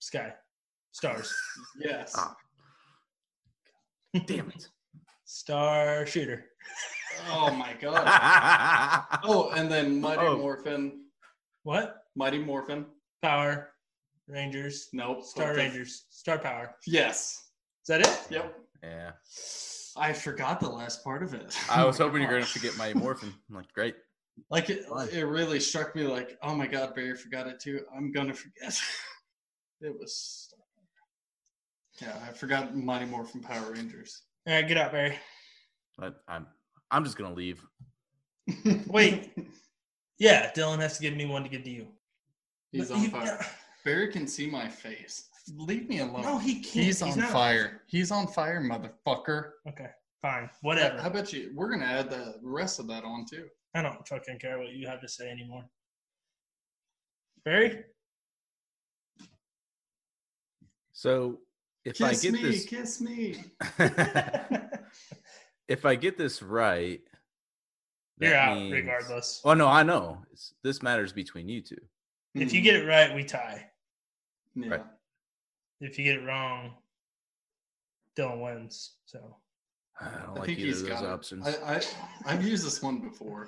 Speaker 1: Sky. Stars.
Speaker 2: yes,
Speaker 4: Ah. Damn it.
Speaker 1: Star shooter.
Speaker 2: oh my god. Oh, and then Mighty
Speaker 4: Oh.
Speaker 2: Morphin.
Speaker 1: What?
Speaker 2: Mighty Morphin.
Speaker 1: Power. Rangers.
Speaker 2: Nope.
Speaker 1: Star
Speaker 2: What the-
Speaker 1: Rangers. Star power.
Speaker 2: Yes.
Speaker 1: Is that it?
Speaker 2: Yep.
Speaker 4: yeah.
Speaker 2: I forgot the last part of it. Oh
Speaker 4: I was hoping you're going to forget my morphin. I'm like, great.
Speaker 2: Like it,
Speaker 4: Why?
Speaker 2: it really struck me. Like, oh my god, Barry forgot it too. I'm gonna forget. it was. Yeah, I forgot Mighty Morphin Power Rangers.
Speaker 1: All right, get out, Barry.
Speaker 4: But I'm. I'm just gonna leave.
Speaker 1: Wait. Yeah, Dylan has to give me one to give to you.
Speaker 2: he's
Speaker 1: No,
Speaker 2: on
Speaker 1: you-
Speaker 2: fire. Barry can see my face. Leave me alone.
Speaker 1: No, he can't.
Speaker 2: he's, on
Speaker 1: not-
Speaker 2: fire. He's on fire, motherfucker.
Speaker 1: Okay, fine,
Speaker 2: How
Speaker 1: whatever.
Speaker 2: about you? We're gonna add the rest of that on too.
Speaker 1: I don't fucking care what you have to say anymore. Barry,
Speaker 4: So if I
Speaker 2: Kiss
Speaker 4: get
Speaker 2: me,
Speaker 4: this,
Speaker 2: kiss me.
Speaker 4: if I get this right,
Speaker 1: you're
Speaker 4: that
Speaker 1: out
Speaker 4: means-
Speaker 1: regardless.
Speaker 4: Oh no, I know. It's, this matters between you two.
Speaker 1: If you get it right, we tie.
Speaker 2: Hmm. yeah.
Speaker 4: Right.
Speaker 1: If you get it wrong, Dylan wins. So
Speaker 4: I don't
Speaker 2: I
Speaker 4: like
Speaker 2: think
Speaker 4: either
Speaker 2: he's
Speaker 4: of those
Speaker 2: got it.
Speaker 4: options.
Speaker 2: I, I I've used this one before.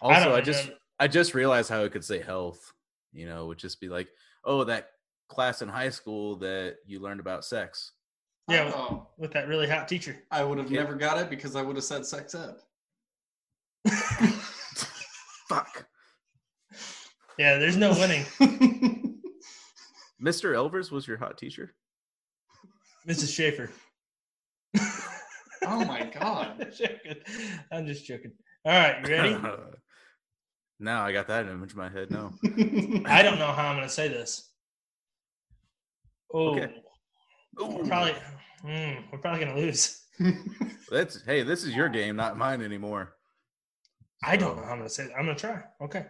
Speaker 4: also,
Speaker 1: don't
Speaker 4: I, just
Speaker 1: remember-
Speaker 4: I just realized how it could say health. You know, would just be like, oh, that class in high school that you learned about sex.
Speaker 1: Yeah.
Speaker 2: Uh-oh.
Speaker 1: with that really hot teacher.
Speaker 2: Uh, I would have
Speaker 4: Yeah.
Speaker 2: never got it because I would have said sex ed.
Speaker 4: Fuck,
Speaker 1: Yeah, there's no winning.
Speaker 4: Mr. Elvers was your hot teacher.
Speaker 1: Mrs. Schaefer.
Speaker 2: Oh my god.
Speaker 1: I'm joking. I'm just joking. All right, you ready?
Speaker 4: now I got that image in my head. No.
Speaker 1: I don't know how I'm going to say this. Oh,
Speaker 4: Okay.
Speaker 1: we're probably mm, we're probably going to lose.
Speaker 4: That's hey, this is your game, not mine anymore.
Speaker 1: I don't know how I'm going to say. That. I'm going to try. Okay.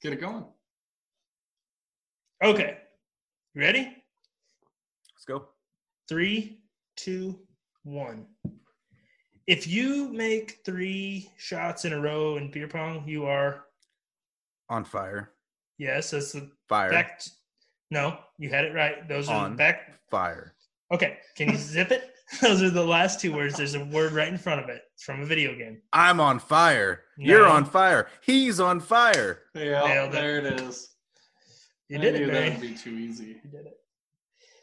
Speaker 2: Get it going.
Speaker 1: Okay. You ready?
Speaker 4: Let's go.
Speaker 1: Three, two, one. If you make three shots in a row in beer pong, you are
Speaker 4: On fire.
Speaker 1: yes. That's the
Speaker 4: Fire.
Speaker 1: back. No, you had it right. Those are the
Speaker 4: On.
Speaker 1: back.
Speaker 4: Fire.
Speaker 1: Okay, can you zip it? Those are the last two words. There's a word right in front of it. It's from a video game.
Speaker 4: I'm on fire. You're
Speaker 1: No.
Speaker 4: on fire. He's on fire.
Speaker 2: Yeah,
Speaker 1: Nailed it.
Speaker 2: there it is.
Speaker 1: You
Speaker 2: I
Speaker 1: did
Speaker 2: knew
Speaker 1: it,
Speaker 2: that would
Speaker 1: Barry.
Speaker 2: be too easy.
Speaker 1: You did it.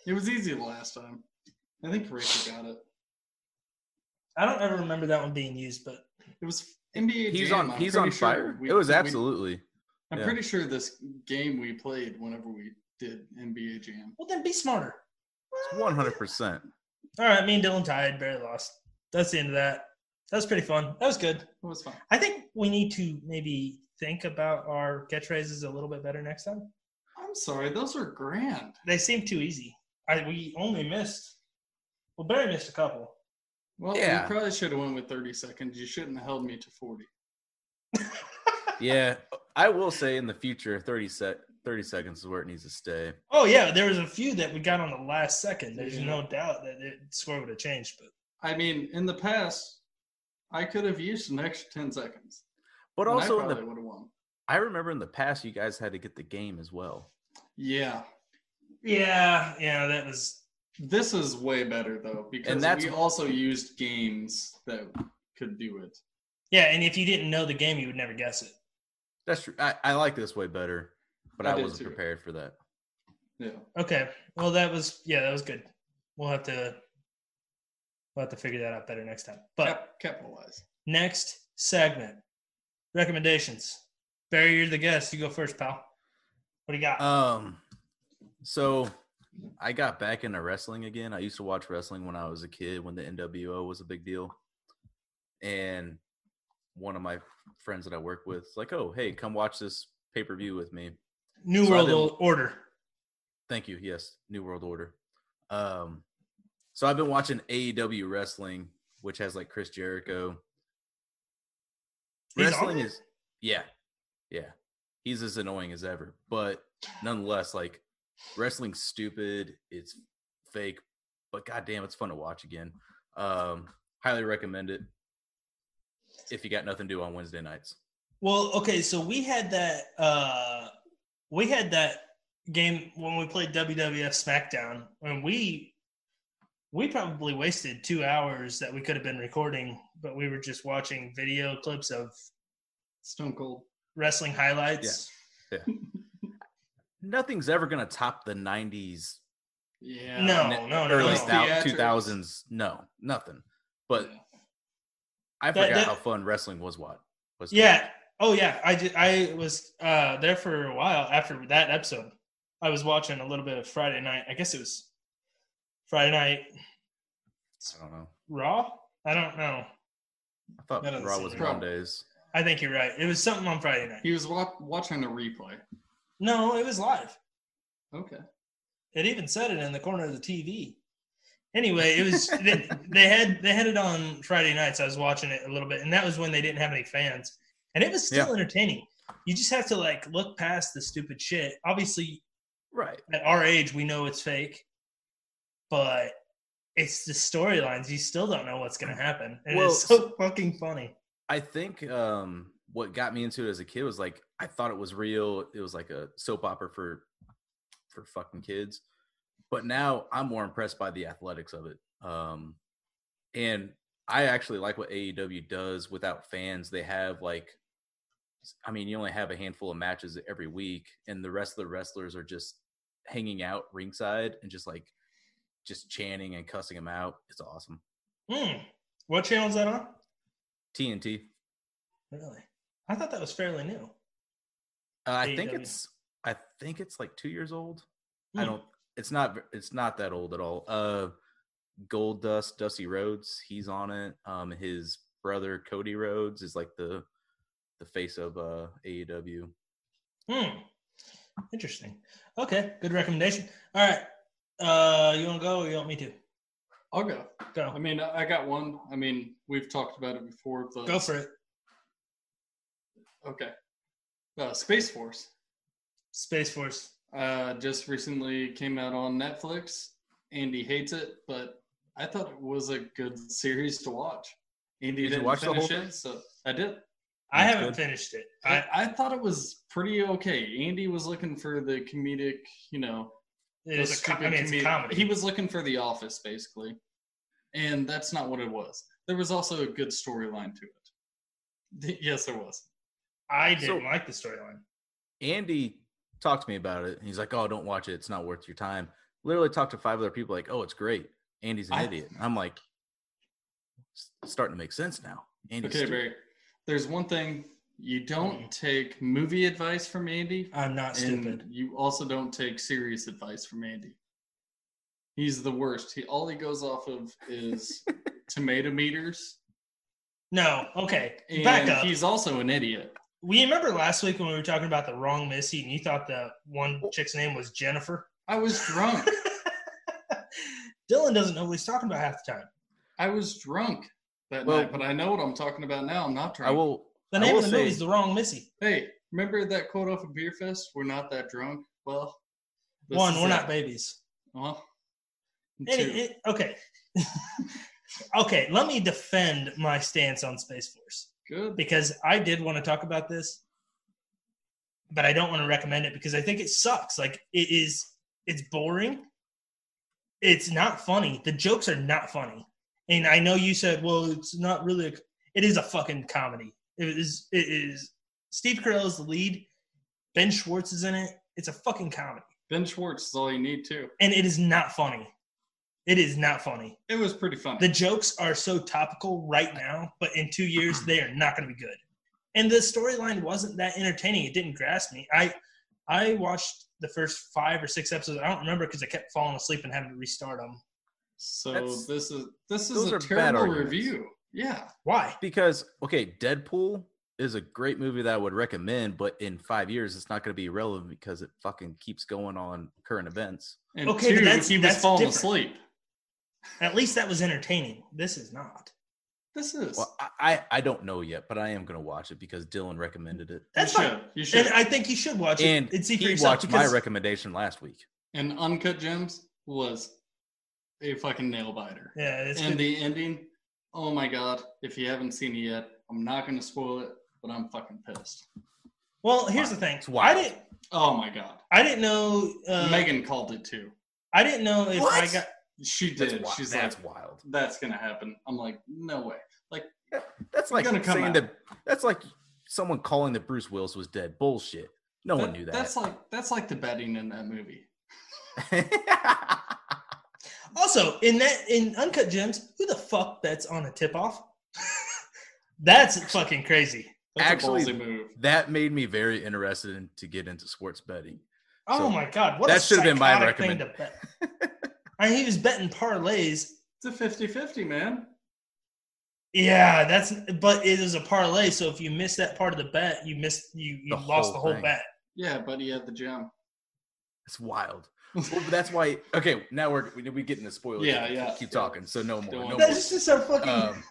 Speaker 2: It was easy the last time. I think Rachel got it.
Speaker 1: I don't ever remember that one being used, but
Speaker 2: It was NBA.
Speaker 4: He's
Speaker 2: Jam,
Speaker 4: on
Speaker 2: I'm
Speaker 4: he's
Speaker 2: pretty
Speaker 4: on
Speaker 2: sure
Speaker 4: fire.
Speaker 2: we-
Speaker 4: it was
Speaker 2: we-
Speaker 4: absolutely.
Speaker 2: I'm
Speaker 4: yeah.
Speaker 2: pretty sure this game we played whenever we did NBA Jam.
Speaker 1: well, then be smarter.
Speaker 4: One hundred percent.
Speaker 1: All right, me and Dylan tied. Barry lost. That's the end of that. That was pretty fun. That was good.
Speaker 2: It was fun.
Speaker 1: I think we need to maybe think about our catchphrases a little bit better next time.
Speaker 2: I'm sorry, those are grand.
Speaker 1: They seem too easy. I we only missed. Well, Barry missed a couple.
Speaker 2: Well,
Speaker 4: Yeah.
Speaker 2: you probably should have went with 30 seconds. You shouldn't have held me to 40.
Speaker 4: Yeah. I will say in the future, thirty sec thirty seconds is where it needs to stay.
Speaker 1: Oh yeah, there was a few that we got on the last second. There's
Speaker 2: Yeah.
Speaker 1: no doubt that the score would have changed, but
Speaker 2: I mean, in the past, I could have used an extra 10 seconds.
Speaker 4: But
Speaker 2: and
Speaker 4: also
Speaker 2: I
Speaker 4: in
Speaker 2: probably
Speaker 4: the
Speaker 2: would have won.
Speaker 4: I remember in the past you guys had to get the game as well.
Speaker 2: Yeah.
Speaker 1: yeah, yeah, that was
Speaker 2: This is way better, though, because
Speaker 4: that's-
Speaker 2: we also used games that could do it.
Speaker 1: yeah. And if you didn't know the game, you would never guess it.
Speaker 4: That's true. I, I like this way better, but
Speaker 2: I
Speaker 4: I,
Speaker 2: did
Speaker 4: wasn't
Speaker 2: too.
Speaker 4: prepared for that.
Speaker 2: Yeah.
Speaker 1: Okay, well that was yeah, that was good. We'll have to we'll have to figure that out better next time. But
Speaker 2: Cap- capitalize.
Speaker 1: next segment recommendations barry you're the guest you go first pal what do you got
Speaker 4: Um, so I got back into wrestling again. I used to watch wrestling when I was a kid, when the NWO was a big deal. And one of my friends that I work with is like, "Oh, hey, come watch this pay per view with me."
Speaker 1: new
Speaker 4: so I
Speaker 1: world
Speaker 4: didn't-
Speaker 1: order
Speaker 4: Thank you. Yes, New World Order. Um, so I've been watching AEW wrestling, which has like Chris Jericho.
Speaker 1: He's on
Speaker 4: wrestling
Speaker 1: there?
Speaker 4: is, yeah, yeah. He's as annoying as ever, but nonetheless, like wrestling's stupid. It's fake, but goddamn, it's fun to watch again. Um, highly recommend it if you got nothing to do on Wednesday nights.
Speaker 1: well okay so we had that uh we had that game when we played wwf smackdown and we we probably wasted two hours that we could have been recording but we were just watching video clips of
Speaker 2: Stone Cold.
Speaker 1: wrestling highlights
Speaker 4: Nothing's ever gonna top the '90s
Speaker 2: Yeah.
Speaker 1: no
Speaker 4: ne-
Speaker 1: no no,
Speaker 4: early
Speaker 1: no.
Speaker 2: thou- Theatrics.
Speaker 4: two thousands. No, nothing. But
Speaker 2: Yeah.
Speaker 4: I
Speaker 1: That-
Speaker 4: forgot
Speaker 1: that-
Speaker 4: how fun wrestling was. What was?
Speaker 1: Yeah. Oh yeah. I did, I was uh, there for a while after that episode. I was watching a little bit of Friday night. I guess it was Friday night
Speaker 4: I don't know.
Speaker 1: Raw. I don't know.
Speaker 4: I thought
Speaker 1: That doesn't
Speaker 4: Raw
Speaker 1: seem
Speaker 4: was
Speaker 1: right.
Speaker 4: Mondays.
Speaker 1: I think you're right. It was something on Friday night.
Speaker 2: He was wa- watching the replay.
Speaker 1: No, it was live.
Speaker 2: Okay.
Speaker 1: It even said it in the corner of the TV. Anyway, it was they, they had they had it on Friday nights. I was watching it a little bit, and that was when they didn't have any fans, and it was still
Speaker 4: Yeah.
Speaker 1: entertaining. You just have to like look past the stupid shit. Obviously,
Speaker 4: Right.
Speaker 1: at our age, we know it's fake, but it's the storylines. You still don't know what's going to happen. And
Speaker 4: Well,
Speaker 1: it's so fucking funny.
Speaker 4: I think um, what got me into it as a kid was like I thought it was real. It was like a soap opera for for fucking kids. But now I'm more impressed by the athletics of it. Um, and I actually like what AEW does without fans. They have like, I mean, you only have a handful of matches every week, and the rest of the wrestlers are just hanging out ringside and just like just chanting and cussing them out. It's awesome.
Speaker 1: Hmm. What channel is that on?
Speaker 4: TNT.
Speaker 1: Really? I thought that was fairly new.
Speaker 4: Uh, I think
Speaker 1: AEW.
Speaker 4: it's I think it's like two years old. I
Speaker 1: Hmm.
Speaker 4: don't. It's not. It's not that old at all. Uh, Gold Dust, Dusty Rhodes, he's on it. Um, his brother Cody Rhodes is like the the face of uh, AEW.
Speaker 1: Hmm. Interesting. Okay. Good recommendation. All right. Uh, you want to go or you want me to?
Speaker 2: I'll go.
Speaker 1: Go.
Speaker 2: I mean, I got one. I mean, we've talked about it before, but
Speaker 1: go for it.
Speaker 2: okay. Uh, Space Force
Speaker 1: Space Force.
Speaker 2: uh, just recently came out on Netflix. Andy hates it, but I thought it was a good series to watch. Andy
Speaker 4: Did you
Speaker 2: didn't
Speaker 4: watch the whole
Speaker 2: finish
Speaker 4: thing?
Speaker 2: it, so I did.
Speaker 1: I
Speaker 4: That's
Speaker 1: haven't
Speaker 4: good.
Speaker 1: finished it.
Speaker 2: I,
Speaker 1: I,
Speaker 2: I thought it was pretty okay. Andy was looking for the comedic, you know,
Speaker 1: it is a com-
Speaker 2: stupid
Speaker 1: I mean, it's a
Speaker 2: comedic-
Speaker 1: comedy.
Speaker 2: He was looking for The Office, basically, and that's not what it was. There was also a good storyline to it. Th- Yes, there was.
Speaker 1: I didn't
Speaker 4: So-
Speaker 1: like the storyline.
Speaker 4: Andy talked to me about it. He's like, "Oh, don't watch it. It's not worth your time." Literally talked to five other people, like, "Oh, it's great." Andy's an
Speaker 2: I-
Speaker 4: idiot. I'm like, "It's starting to make sense now. Andy's
Speaker 2: Okay,
Speaker 4: stupid.
Speaker 2: Barry. There's one thing you don't take movie advice from Andy,
Speaker 1: I'm Mm-hmm. not
Speaker 2: and
Speaker 1: stupid.
Speaker 2: you also don't take serious advice from Andy. He's the worst. He all he goes off of is tomato meters,
Speaker 1: No. Okay.
Speaker 2: and
Speaker 1: Back up.
Speaker 2: he's also an idiot.
Speaker 1: We remember last week when we were talking about the wrong Missy, and you thought the one chick's name was Jennifer.
Speaker 2: I was drunk.
Speaker 1: Dylan doesn't know what he's talking about half the time.
Speaker 2: I was drunk that
Speaker 4: Well-
Speaker 2: night, but I know what I'm talking about now. I'm not drunk.
Speaker 4: I will.
Speaker 1: The
Speaker 4: I
Speaker 1: name
Speaker 4: will
Speaker 1: of the
Speaker 4: say,
Speaker 1: movie is The Wrong Missy.
Speaker 2: Hey, remember that quote off of Beer Fest? We're not that drunk. Well, this
Speaker 1: One,
Speaker 2: is
Speaker 1: we're
Speaker 2: it.
Speaker 1: not babies.
Speaker 2: Well,
Speaker 1: Any-
Speaker 2: two.
Speaker 1: it- okay. okay, let me defend my stance on Space Force
Speaker 2: Good.
Speaker 1: because I did want to talk about this, but I don't want to recommend it because I think it sucks. Like it is it's boring. It's not funny. The jokes are not funny. And I know you said, "Well, it's not really a c-" it is a fucking comedy." It is it is Steve Carell is the lead. Ben Schwartz is in it. It's a fucking comedy.
Speaker 2: Ben Schwartz is all you need too.
Speaker 1: And it is not funny. It is not funny.
Speaker 2: It was pretty funny.
Speaker 1: The jokes are so topical right now, but in two years they are not going to be good. And the storyline wasn't that entertaining. It didn't grasp me. I I watched the first five or six episodes. I don't remember because I kept falling asleep and having to restart them.
Speaker 2: so
Speaker 4: That's-
Speaker 2: this is this is
Speaker 4: those
Speaker 2: a
Speaker 4: are bad
Speaker 2: terrible
Speaker 4: arguments.
Speaker 2: review. Yeah.
Speaker 1: Why?
Speaker 4: because okay, Deadpool is a great movie that I would recommend, but in five years it's not going to be relevant because it fucking keeps going on current events.
Speaker 2: And
Speaker 1: Okay, but
Speaker 2: two,
Speaker 1: that's-
Speaker 2: he was
Speaker 1: that's
Speaker 2: falling
Speaker 1: different.
Speaker 2: asleep.
Speaker 1: At least that was entertaining. This is not.
Speaker 2: This is
Speaker 4: Well, I I, I don't know yet, but I am going to watch it because Dylan recommended it,
Speaker 1: That's
Speaker 2: you
Speaker 1: fine.
Speaker 2: should. You should.
Speaker 1: And
Speaker 2: And,
Speaker 1: I think you should watch it
Speaker 4: and
Speaker 1: and see for
Speaker 4: he
Speaker 1: yourself.
Speaker 4: watched my
Speaker 1: because
Speaker 4: recommendation last week.
Speaker 2: Uncut Gems was a fucking nail biter.
Speaker 1: yeah, it's
Speaker 2: and
Speaker 1: good.
Speaker 2: the ending, oh my god! If you haven't seen it yet, I'm not gonna spoil it, but I'm fucking pissed.
Speaker 1: well, here's the thing.
Speaker 4: It's
Speaker 1: I
Speaker 4: wild.
Speaker 1: didn't.
Speaker 2: Oh my god!
Speaker 1: I didn't know. Uh,
Speaker 2: Megan called it too.
Speaker 1: I didn't know if I
Speaker 4: What?
Speaker 1: got.
Speaker 2: She
Speaker 4: That's,
Speaker 2: did.
Speaker 4: wi-
Speaker 2: She's
Speaker 4: that's
Speaker 2: like,
Speaker 4: wild.
Speaker 2: that's gonna happen. I'm like, no way.
Speaker 4: That's like
Speaker 2: gonna come
Speaker 4: saying
Speaker 2: out.
Speaker 4: that that's like someone calling that Bruce Willis was dead. Bullshit. No one
Speaker 2: That-
Speaker 4: knew that.
Speaker 2: That's like that's like the betting in that movie.
Speaker 1: Also, in that in Uncut Gems, who the fuck bets on a tip off? That's fucking crazy.
Speaker 2: That's
Speaker 4: Actually,
Speaker 2: a ballsy move.
Speaker 4: that made me very interested in, to get into sports betting.
Speaker 1: Oh
Speaker 4: So,
Speaker 1: my god, what a
Speaker 4: that should've been my
Speaker 1: psychotic thing to bet. I mean, he was betting parlays.
Speaker 2: It's a 50 50, man.
Speaker 1: Yeah, that's but it is a parlay, so if you miss that part of the bet, you missed you, you
Speaker 4: The
Speaker 1: lost
Speaker 4: whole
Speaker 1: the whole
Speaker 4: thing.
Speaker 1: bet.
Speaker 2: Yeah, buddy at the gym.
Speaker 4: It's wild. Well, that's why. Okay, now we're we, we get into spoilers.
Speaker 2: Yeah,
Speaker 4: Keep-
Speaker 2: yeah.
Speaker 4: Keep talking. So no
Speaker 2: Don't
Speaker 4: more. No
Speaker 2: worry.
Speaker 4: more.
Speaker 1: That's just so fucking
Speaker 4: Um,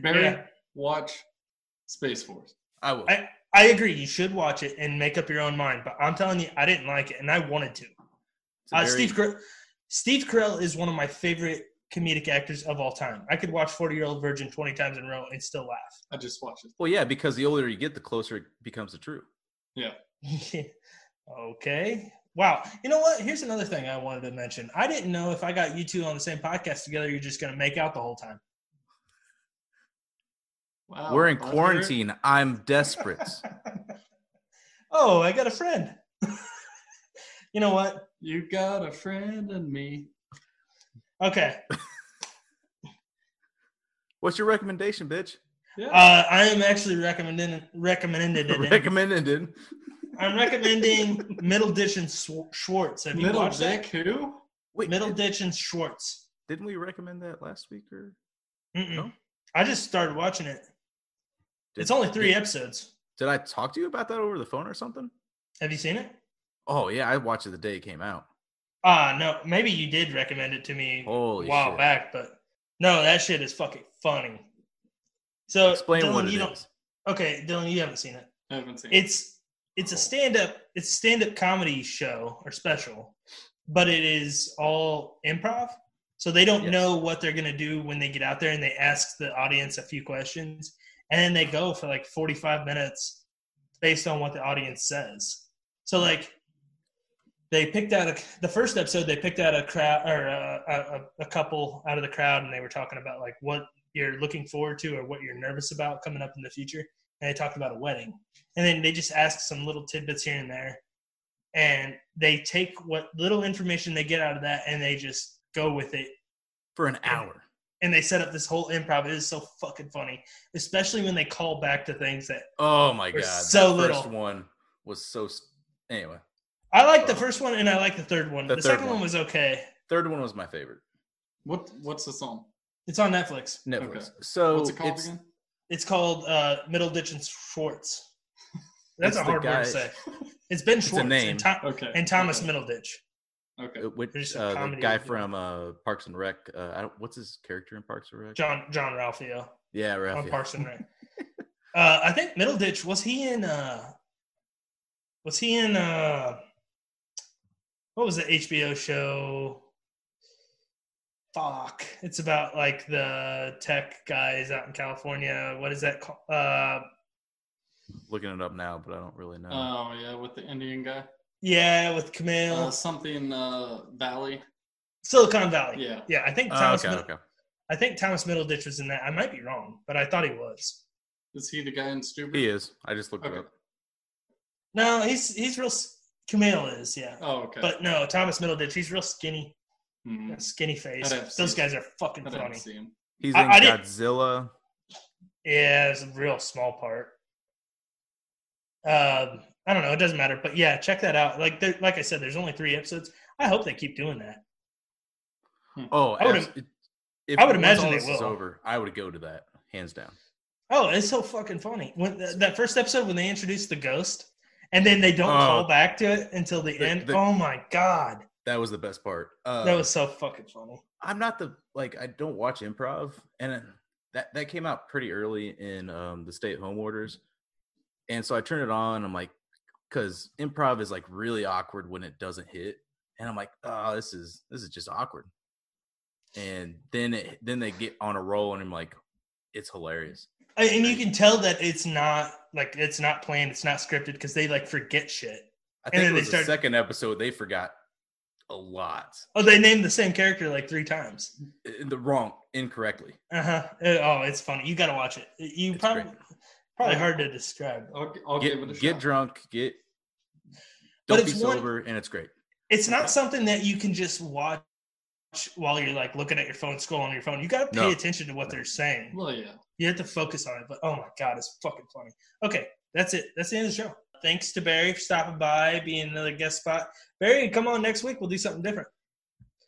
Speaker 2: Barry,
Speaker 1: Yeah.
Speaker 2: watch Space Force.
Speaker 4: I will.
Speaker 1: I agree, you should watch it and make up your own mind, but I'm telling you I didn't like it and I wanted to.
Speaker 4: It's a
Speaker 1: Uh,
Speaker 4: very-
Speaker 1: Steve Carell, Steve Carell is one of my favorite comedic actors of all time. I could watch Forty Year Old Virgin twenty times in a row and still laugh.
Speaker 2: I just watched it.
Speaker 4: Well, yeah, because the older you get, the closer it becomes the truth.
Speaker 1: okay. Wow. You know what? Here's another thing I wanted to mention. I didn't know if I got you two on the same podcast together, you're just going to make out the whole time.
Speaker 2: Wow.
Speaker 4: We're in
Speaker 2: Buzzer.
Speaker 4: quarantine. I'm desperate.
Speaker 1: Oh, I got a friend. you know what?
Speaker 2: You got a friend in me.
Speaker 1: Okay.
Speaker 4: What's your recommendation, bitch?
Speaker 2: Yeah.
Speaker 1: Uh, I am actually recommending recommended. it.
Speaker 4: Recommended.
Speaker 1: I'm recommending Middle Ditch and Sw- Schwartz. Have you
Speaker 2: Middle
Speaker 1: watched that?
Speaker 2: Dick, who?
Speaker 4: Wait,
Speaker 1: Middle Ditch and Schwartz.
Speaker 4: Didn't we recommend that last week or?
Speaker 1: Mm-mm.
Speaker 4: No?
Speaker 1: I just started watching it.
Speaker 4: Did,
Speaker 1: it's only three
Speaker 4: Did,
Speaker 1: episodes.
Speaker 4: did I talk to you about that over the phone or something?
Speaker 1: Have you seen it?
Speaker 4: Oh yeah, I watched it the day it came out.
Speaker 1: Ah, no. Maybe you did recommend it to me
Speaker 4: Holy
Speaker 1: a while
Speaker 4: shit.
Speaker 1: back, but no, that shit is fucking funny. So
Speaker 4: Explain
Speaker 1: Dylan,
Speaker 4: what it
Speaker 1: you don't-
Speaker 4: is.
Speaker 1: Okay, Dylan, you haven't seen it.
Speaker 2: I haven't seen it.
Speaker 1: It's it's a stand up it's stand up comedy show or special, but it is all improv. So they don't
Speaker 4: Yes.
Speaker 1: know what they're gonna do when they get out there, and they ask the audience a few questions, and then they go for like forty five minutes based on what the audience says. So like they picked out a, the first episode they picked out a crowd or a, a, a couple out of the crowd and they were talking about like what you're looking forward to or what you're nervous about coming up in the future and they talked about a wedding and then they just ask some little tidbits here and there and they take what little information they get out of that and they just go with it
Speaker 4: For an hour.
Speaker 1: and they set up this whole improv it is so fucking funny especially when they call back to things that
Speaker 4: Oh my
Speaker 1: For
Speaker 4: god.
Speaker 1: so
Speaker 4: that first
Speaker 1: little.
Speaker 4: one was so s- anyway.
Speaker 1: i like the first one and i like the third one
Speaker 4: The
Speaker 1: the,
Speaker 4: third
Speaker 1: second one.
Speaker 4: one.
Speaker 1: was okay
Speaker 4: Third one was my favorite.
Speaker 2: What What's the song?
Speaker 1: it's on netflix
Speaker 4: Netflix.
Speaker 2: Okay.
Speaker 4: So
Speaker 2: What's it called
Speaker 4: it's,
Speaker 2: again?
Speaker 1: It's called uh, Middle Ditch and Schwartz. That's
Speaker 4: It's
Speaker 1: a
Speaker 4: the
Speaker 1: hard word
Speaker 4: guy-
Speaker 1: to say. It's Ben Schwartz
Speaker 4: name.
Speaker 1: And, Tho-
Speaker 2: Okay.
Speaker 1: and Thomas
Speaker 2: Okay.
Speaker 1: Middleditch.
Speaker 2: okay.
Speaker 4: uh, which,
Speaker 1: There's some
Speaker 4: uh, the
Speaker 1: comedy
Speaker 4: guy
Speaker 1: with it.
Speaker 4: from uh, Parks and Rec. Uh, I don't, what's his character in Parks and Rec?
Speaker 1: John John Ralphio
Speaker 4: yeah,
Speaker 1: on
Speaker 4: Ralphie.
Speaker 1: Parks and Rec. uh, I think Middleditch was he in? Uh, was he in? Uh, what was the HBO show? Fuck! It's about like the tech guys out in California. What is that called? Uh,
Speaker 4: Looking it up now, but I don't really know.
Speaker 2: Oh yeah, with the Indian guy.
Speaker 1: yeah, with Camille.
Speaker 2: Uh, something uh, Valley.
Speaker 1: Silicon Valley.
Speaker 2: Yeah.
Speaker 1: Yeah, I think
Speaker 4: Oh,
Speaker 1: Thomas
Speaker 4: okay,
Speaker 1: Middle-
Speaker 4: okay.
Speaker 1: I think Thomas Middleditch was in that. I might be wrong, but I thought he was.
Speaker 2: Is he the guy in Stuber?
Speaker 4: He is. I just looked
Speaker 2: Okay.
Speaker 4: it up.
Speaker 1: No, he's he's real. s- Camille is, yeah.
Speaker 2: Oh okay.
Speaker 1: But no, Thomas Middleditch, he's real skinny,
Speaker 2: Hmm.
Speaker 1: skinny face.
Speaker 2: I don't see
Speaker 1: Those
Speaker 2: it.
Speaker 1: guys are fucking
Speaker 2: I didn't
Speaker 1: funny.
Speaker 2: see him.
Speaker 4: He's
Speaker 1: I-
Speaker 4: in
Speaker 1: I didn't-
Speaker 4: Godzilla.
Speaker 1: Yeah, it's a real small part. Um, I don't know. It doesn't matter. But yeah, check that out. Like there, like I said, there's only three episodes. I hope they keep doing that.
Speaker 4: Oh,
Speaker 1: I would
Speaker 4: abs- it- if
Speaker 1: I would
Speaker 4: once
Speaker 1: imagine
Speaker 4: all
Speaker 1: they
Speaker 4: this is
Speaker 1: will.
Speaker 4: over, I would go to that hands down.
Speaker 1: Oh, it's so fucking funny. When th- that first episode when they introduce the ghost, and then they don't
Speaker 4: Oh.
Speaker 1: call back to it until the,
Speaker 4: The-
Speaker 1: end.
Speaker 4: the-
Speaker 1: oh my god,
Speaker 4: That was the best part. Uh,
Speaker 1: that was so fucking funny.
Speaker 4: I'm not the like I don't watch improv, and it- that that came out pretty early in um, the stay at home orders, and so I turned it on. I'm like, because improv is like really awkward when it doesn't hit, and I'm like, oh, this is this is just awkward. And then it, then they get on a roll, and I'm like, it's hilarious.
Speaker 1: I- and you can tell that it's not like it's not planned, it's not scripted because they like forget shit.
Speaker 4: I
Speaker 1: And then
Speaker 4: think it
Speaker 1: they
Speaker 4: was
Speaker 1: start-
Speaker 4: the second episode they forgot a lot,
Speaker 1: Oh, they named the same character like three times.
Speaker 4: Uh, the wrong incorrectly.
Speaker 1: Uh huh. Oh, it's funny. You got to watch it. You
Speaker 4: It's
Speaker 1: probably
Speaker 4: great.
Speaker 1: probably hard to describe.
Speaker 2: I'll, I'll
Speaker 4: get
Speaker 2: give it a
Speaker 4: get
Speaker 2: shot.
Speaker 4: drunk, get
Speaker 1: But
Speaker 4: don't be
Speaker 1: it's one-
Speaker 4: sober, and it's great.
Speaker 1: It's not something that you can just watch while you're like looking at your phone, scrolling your phone. You got to pay
Speaker 4: No.
Speaker 1: attention to what they're saying.
Speaker 2: Well, yeah.
Speaker 1: You have to focus on it, but oh my god, it's fucking funny. Okay, that's it. That's the end of the show. Thanks to Barry for stopping by, being another guest spot. Barry, come on next week. We'll do something different.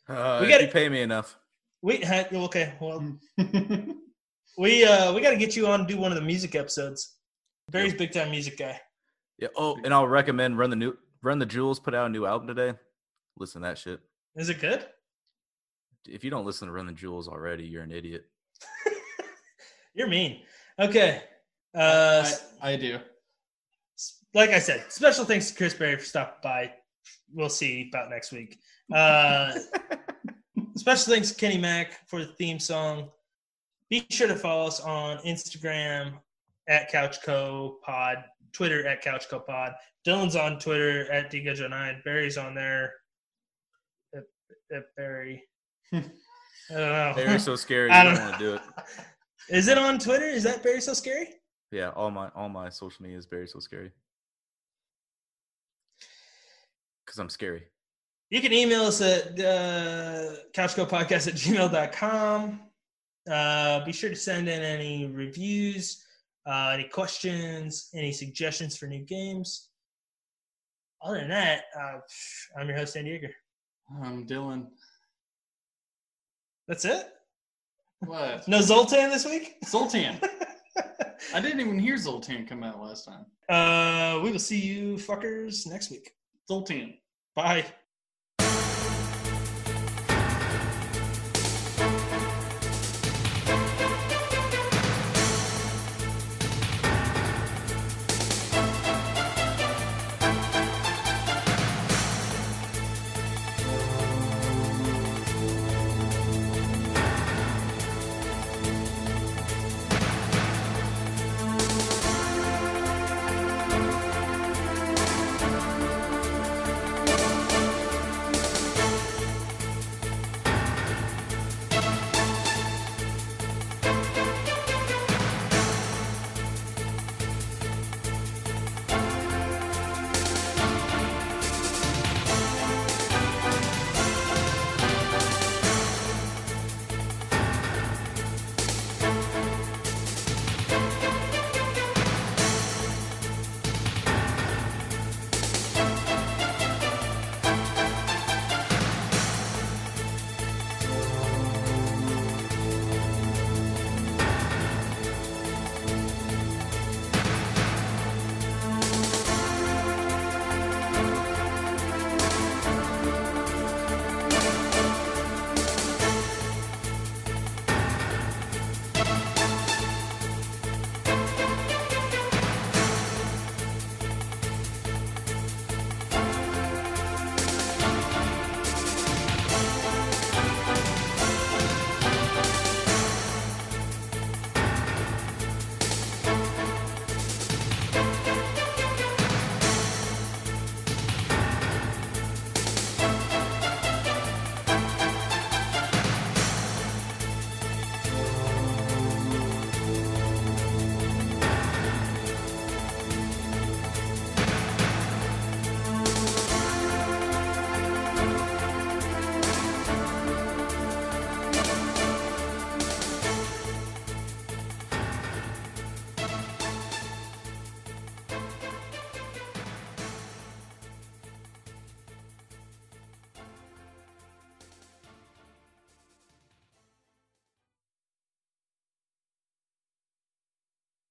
Speaker 4: Uh,
Speaker 1: We
Speaker 4: if
Speaker 1: gotta-
Speaker 4: you pay me enough.
Speaker 1: We ha- okay. Well, we uh we got to get you on to do one of the music episodes. Barry's big time music guy.
Speaker 4: Yeah. Oh, and I'll recommend Run the New Run the Jewels put out a new album today. Listen to that shit.
Speaker 1: Is it good?
Speaker 4: If you don't listen to Run the Jewels already, you're an idiot.
Speaker 1: You're mean. Okay. Uh,
Speaker 2: I, I do.
Speaker 1: s- like I said, special thanks to Chris Barry for stopping by. We'll see about next week. Uh, special thanks to Kenny Mack for the theme song. Be sure to follow us on Instagram at CouchCoPod, Twitter at CouchCoPod. Dylan's on Twitter at DGojo9. Barry's on there at, at Barry. I don't know.
Speaker 4: They're so scary. You
Speaker 1: I
Speaker 4: don't
Speaker 1: don't-
Speaker 4: want to do it.
Speaker 1: Is it on Twitter? Is that Barry so scary?
Speaker 4: Yeah. All my all my social media is very so scary. Because I'm scary.
Speaker 1: You can email us at uh, couchgopodcast at gmail.com. Uh, be sure to send in any reviews, uh, any questions, any suggestions for new games. Other than
Speaker 2: Um,
Speaker 1: that, uh, I'm your host, Andy Yeager.
Speaker 2: I'm Dylan.
Speaker 1: That's it?
Speaker 2: What?
Speaker 1: No Zoltan this week?
Speaker 2: Zoltan. I didn't even hear Zoltan come out last time.
Speaker 1: Uh, we will see you fuckers next week.
Speaker 2: Zoltan.
Speaker 1: Bye.